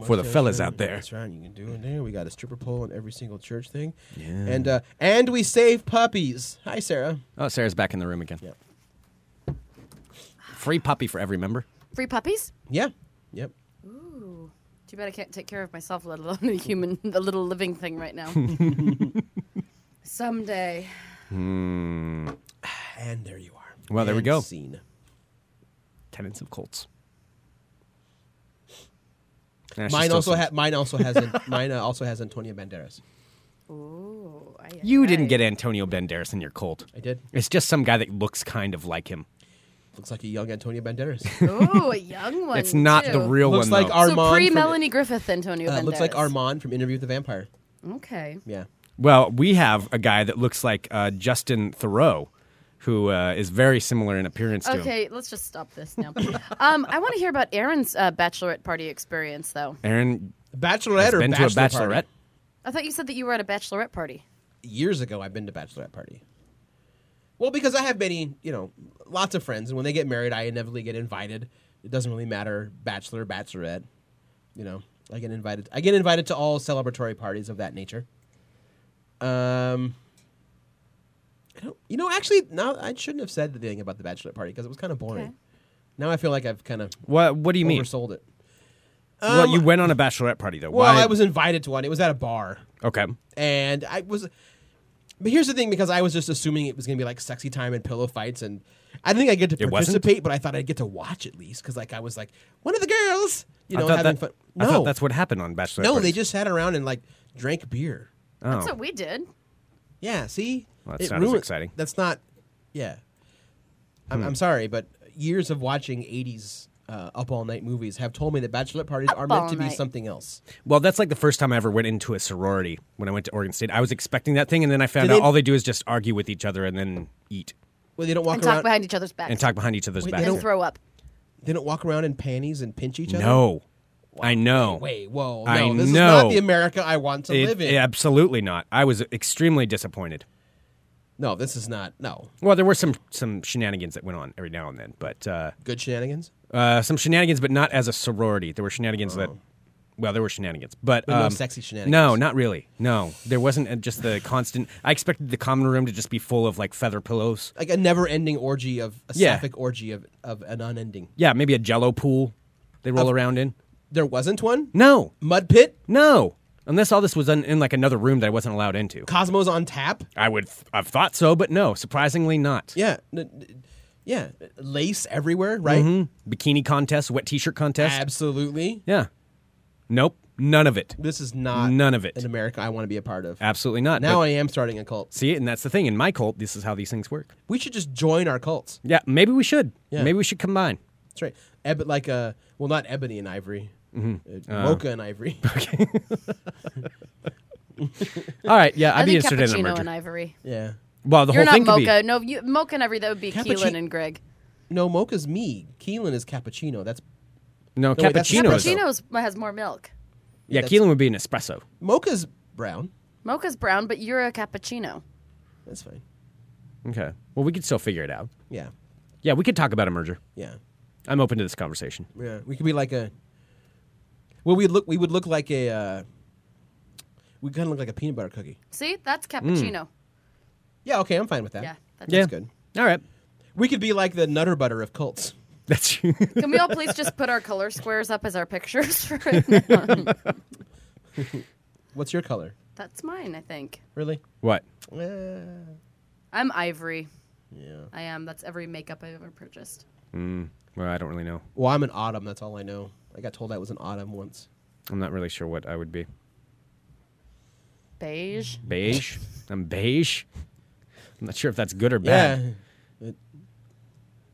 For the fellas out there.
That's right. You can do it there. We got a stripper pole in every single church thing. Yeah. And uh, and we save puppies. Hi, Sarah.
Oh, Sarah's back in the room again.
Yep.
Free puppy for every member.
Free puppies?
Yeah. Yep.
Ooh. Too bad I can't take care of myself, let alone a human, the little living thing right now. Someday.
And there you are.
Well, there we
And
go.
Scene.
Tenants of cults. Nah, she
Mine
still
also
sings.
ha- mine also has an- mine uh, also has Antonio Banderas.
Ooh. ay,
You
ay,
didn't
ay.
get Antonio Banderas in your cult.
I did.
It's just some guy that looks kind of like him.
Looks like a young Antonio Banderas.
Ooh, a young one.
It's not
too.
the real
looks
one.
like
though.
Armand.
So pre
from-
Melanie Griffith, Antonio.
uh, looks like
Banderas.
Armand from Interview with the Vampire.
Okay.
Yeah.
Well, we have a guy that looks like uh, Justin Thoreau, who uh, is very similar in appearance to him.
Okay, let's just stop this now. um, I want to hear about Aaron's uh, bachelorette party experience, though.
Aaron
Bachelorette
has
or
been to a
bachelor
bachelorette.
party?
I thought you said that you were at a bachelorette party.
years ago I've been to bachelorette party. Well, because I have many, you know, lots of friends, and when they get married, I inevitably get invited. It doesn't really matter, bachelor, bachelorette. You know, I get invited. I get invited to all celebratory parties of that nature. Um, I don't, you know, actually, now I shouldn't have said the thing about the bachelorette party because it was kind of boring.
Okay.
Now I feel like I've kind of
What What do you mean?
oversold it.
well, you went on a bachelorette party though.
Well,
Why?
I was invited to one. It was at a bar.
okay.
and I was. But here's the thing, because I was just assuming it was going to be like sexy time and pillow fights, and I didn't think I get to
It wasn't?
participate, but I thought I'd get to watch at least, because like I was like one of the girls, you
I
know,
thought
having
that-
fun.
I
No,
thought that's what happened on bachelorette.
no, they
parties.
just sat around and like drank beer.
Oh.
That's what we did.
Yeah, see,
Well, that's not as exciting. Hmm.
That's not. Yeah, I'm, I'm sorry, but years of watching '80s uh, up all night movies have told me that bachelorette parties are meant
all
to be
night.
something else.
Well, that's like the first time I ever went into a sorority when I went to Oregon State. I was expecting that thing, and then I found
Did
out
they-
all they do is just argue with each other and then eat
Well, they don't walk
and
around.
talk behind each other's backs.
and talk behind each other's
Wait,
backs.
they
and throw up.
They don't walk around in panties and pinch each other.
No, I know.
Wait, whoa, no,
I
this is
know.
not the America I want to
It-
live in.
absolutely not. I was extremely disappointed.
No, this is not. No,
Well, there were some some shenanigans that went on every now and then, but uh,
good shenanigans.
uh, some shenanigans, but not as a sorority. There were shenanigans that, well, there were shenanigans, but,
Oh. no
um,
sexy shenanigans.
No, not really. No, there wasn't uh, just the constant. I expected the common room to just be full of like feather pillows.
Like a never-ending orgy of a
Yeah.
sapphic orgy of, of an unending.
Yeah, maybe a Jello pool. They roll
Of-
around in.
There wasn't one.
No,
Mud pit,
no. Unless all this was in, in like another room that I wasn't allowed into.
Cosmos on tap.
I would I've thought so, but no, surprisingly not.
Yeah, n- n- yeah, lace everywhere. Right.
Mm-hmm. Bikini contest, wet T-shirt contest.
Absolutely.
yeah. Nope. None of it.
This is not
None of it.
an America I want to be a part of.
Absolutely not.
Now
But-
I am starting a cult.
See, and that's the thing. In my cult, this is how these things work.
We should just join our cults.
Yeah, maybe we should.
Yeah.
Maybe we should combine.
That's right. Eb- like uh, well, not ebony and ivory. Mm-hmm. Uh, Mocha and ivory.
All right, yeah, I'd
I
be
think
interested in a
cappuccino
merger.
and ivory.
yeah.
well, the
You're
whole
not
thing could
mocha.
be.
No, you, mocha and ivory. That would be
Cappucci-
Keelan and Greg.
No, mocha's me. Keelan is cappuccino. That's
No,
wait, that's-
cappuccino is.
Cappuccino-
Cappuccino's has more milk.
Yeah,
That's-
Keelan would be an espresso.
mocha's brown.
Mocha's brown, but you're a cappuccino.
That's fine.
Okay. Well, we could still figure it out.
Yeah,
Yeah, we could talk about a merger.
yeah,
I'm open to this conversation.
yeah. We could be like a. Well, we look. We would look like a. Uh, we kind of look like a peanut butter cookie.
See, that's cappuccino.
Yeah. Okay, I'm fine with that.
Yeah, that's-
Hmm. yeah.
that's good.
All right.
We could be like the nutter butter of cults.
That's
Can we all please just put our color squares up as our pictures for it? now?
What's your color?
that's mine, I think.
Really?
what?
Uh,
I'm ivory.
yeah.
I am. That's every makeup I've ever purchased.
Well, I don't really know.
Well, I'm an autumn. That's all I know. I got told I was an autumn once.
I'm not really sure what I would be.
Beige.
Beige. I'm beige. I'm not sure if that's good or bad.
Yeah.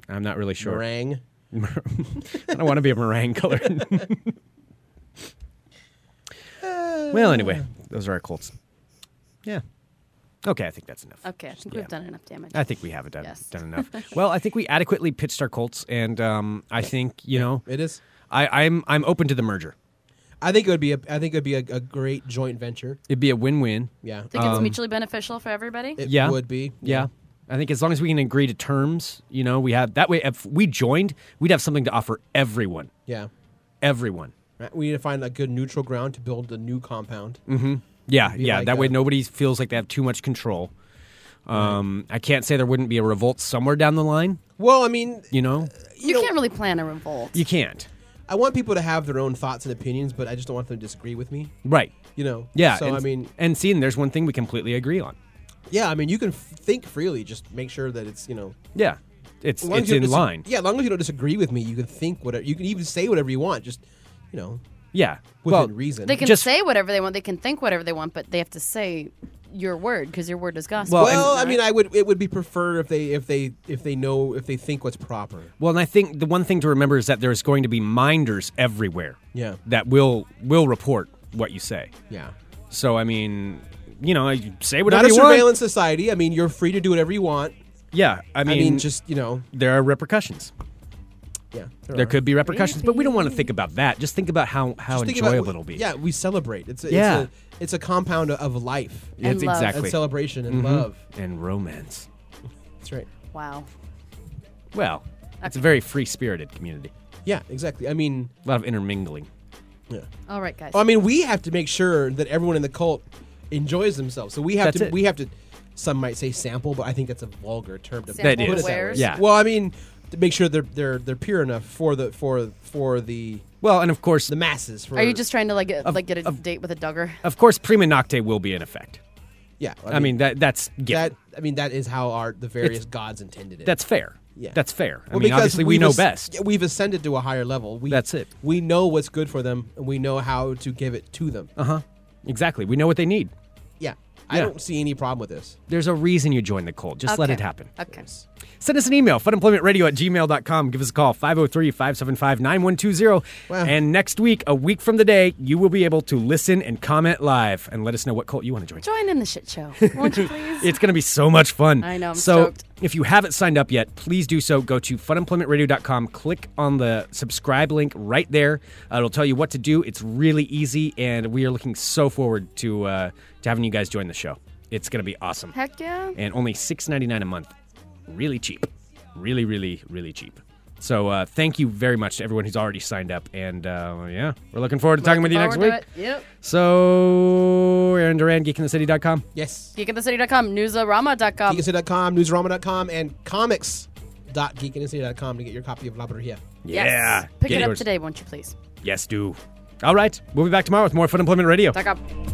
I'm not really sure.
Meringue.
I don't want to be a meringue color. well, anyway, those are our Colts. Yeah. Okay, I think that's enough.
Okay, I think
Yeah.
we've done enough damage.
I think we have done,
Yes.
done enough. well, I think we adequately pitched our Colts, and um, I think you know,
It is.
I, I'm I'm open to the merger.
I think it would be a. I think it would be a, a great joint venture.
It'd be a win-win.
Yeah.
um,
think it's mutually beneficial for everybody.
It
yeah.
would be.
Yeah. I think as long as we can agree to terms, you know, we have that way. If we joined, we'd have something to offer everyone.
Yeah.
Everyone.
Right, We need to find a good neutral ground to build a new compound.
Mm. Yeah, yeah.
like
that way,
a-
nobody feels like they have too much control. Um, I can't say there wouldn't be a revolt somewhere down the line.
Well, I mean,
You know,
You, can't really plan a revolt.
you can't.
I want people to have their own thoughts and opinions, but I just don't want them to disagree with me.
Right.
You know.
Yeah.
So
and,
I mean,
and seeing there's one thing we completely agree on.
yeah, I mean, you can f- think freely. Just make sure that it's you know,
Yeah, it's
as long as
it's
you
in
don't dis-
line.
Yeah, as long as you don't disagree with me, you can think whatever. You can even say whatever you want. Just you know,
Yeah.
within
Well,
reason.
They can
Just-
say whatever they want. They can think whatever they want, but they have to say your word because your word is gospel.
Well,
well,
and-
I mean, I would. It would be preferred if they if they if they know if they think what's proper.
Well, and I think the one thing to remember is that there's going to be minders everywhere.
Yeah.
That will will report what you say.
Yeah.
So I mean, you know, you say
Not
whatever
a
you want.
surveillance society. I mean, you're free to do whatever you want.
Yeah, I
I
mean,
mean, just you know,
there are repercussions.
yeah.
There
are.
could be repercussions, but we don't want to think about that. Just think about how how
Just think about-
enjoyable it'll be.
Yeah, we celebrate. It's a,
Yeah.
it's a, it's a compound of life
it's
And love.
exactly
and celebration and
Mhm.
love.
and romance.
That's right.
wow.
Well, it's a very free spirited community.
Yeah, exactly. I mean,
A lot of intermingling.
yeah.
All right, guys.
I mean, we have to make sure that everyone in the cult enjoys themselves. So we have
That's
to
it.
we have to some might say sample, but I think that's a vulgar term to
Sample
That
put
is.
it that way.
wares.
Yeah.
Well, I mean, to make sure they're they're they're pure enough for the for for the
Well, and of course,
the masses. For,
Are you just trying to like get,
Of-
like get a
of-
date with a dugger?
of course, prima nocte will be in effect.
Yeah.
I mean, that that's yeah,
that. I mean, that is how our the various gods intended it.
that's fair.
Yeah.
That's fair. I
Well,
mean,
because
obviously, we
we've
know
as-
best.
yeah, We've ascended to a higher level. We,
That's it.
We know what's good for them, and we know how to give it to them.
Uh huh. Exactly. We know what they need.
Yeah, I
Yeah.
don't see any problem with this.
There's a reason you joined the cult. Just let
Okay.
it happen.
Okay.
Send us an email, funemploymentradio at gmail.com. Give us a call, 503 575 9120.
Wow.
And next week, a week from today, you will be able to listen and comment live and let us know what cult you want to join.
Join in the shit show, won't you please?
It's going to be so much fun.
I know, I'm
so
stoked.
if you haven't signed up yet, please do so. Go to funemploymentradio.com, click on the subscribe link right there. Uh, it'll tell you what to do. It's really easy, and we are looking so forward to uh, to having you guys join the show. It's going to be awesome,
Heck yeah.
and only six ninety nine a month. Really cheap, really, really, really cheap. So uh, thank you very much to everyone who's already signed up, and uh, yeah, we're looking forward to talking with you next
Forward
week.
to it. Yep.
So Aaron Duran, geekinthecity.com.
Yes.
Geekinthecity.com, newsarama.com.
Geekinthecity.com, newsarama.com, and comics.geekinthecity.com to get your copy of La Brujeria.
Yes.
Yeah.
Pick
Get
it up
yours.
today, won't you please?
Yes, do. All right. We'll be back tomorrow with more Fun Employment Radio.
Dot com.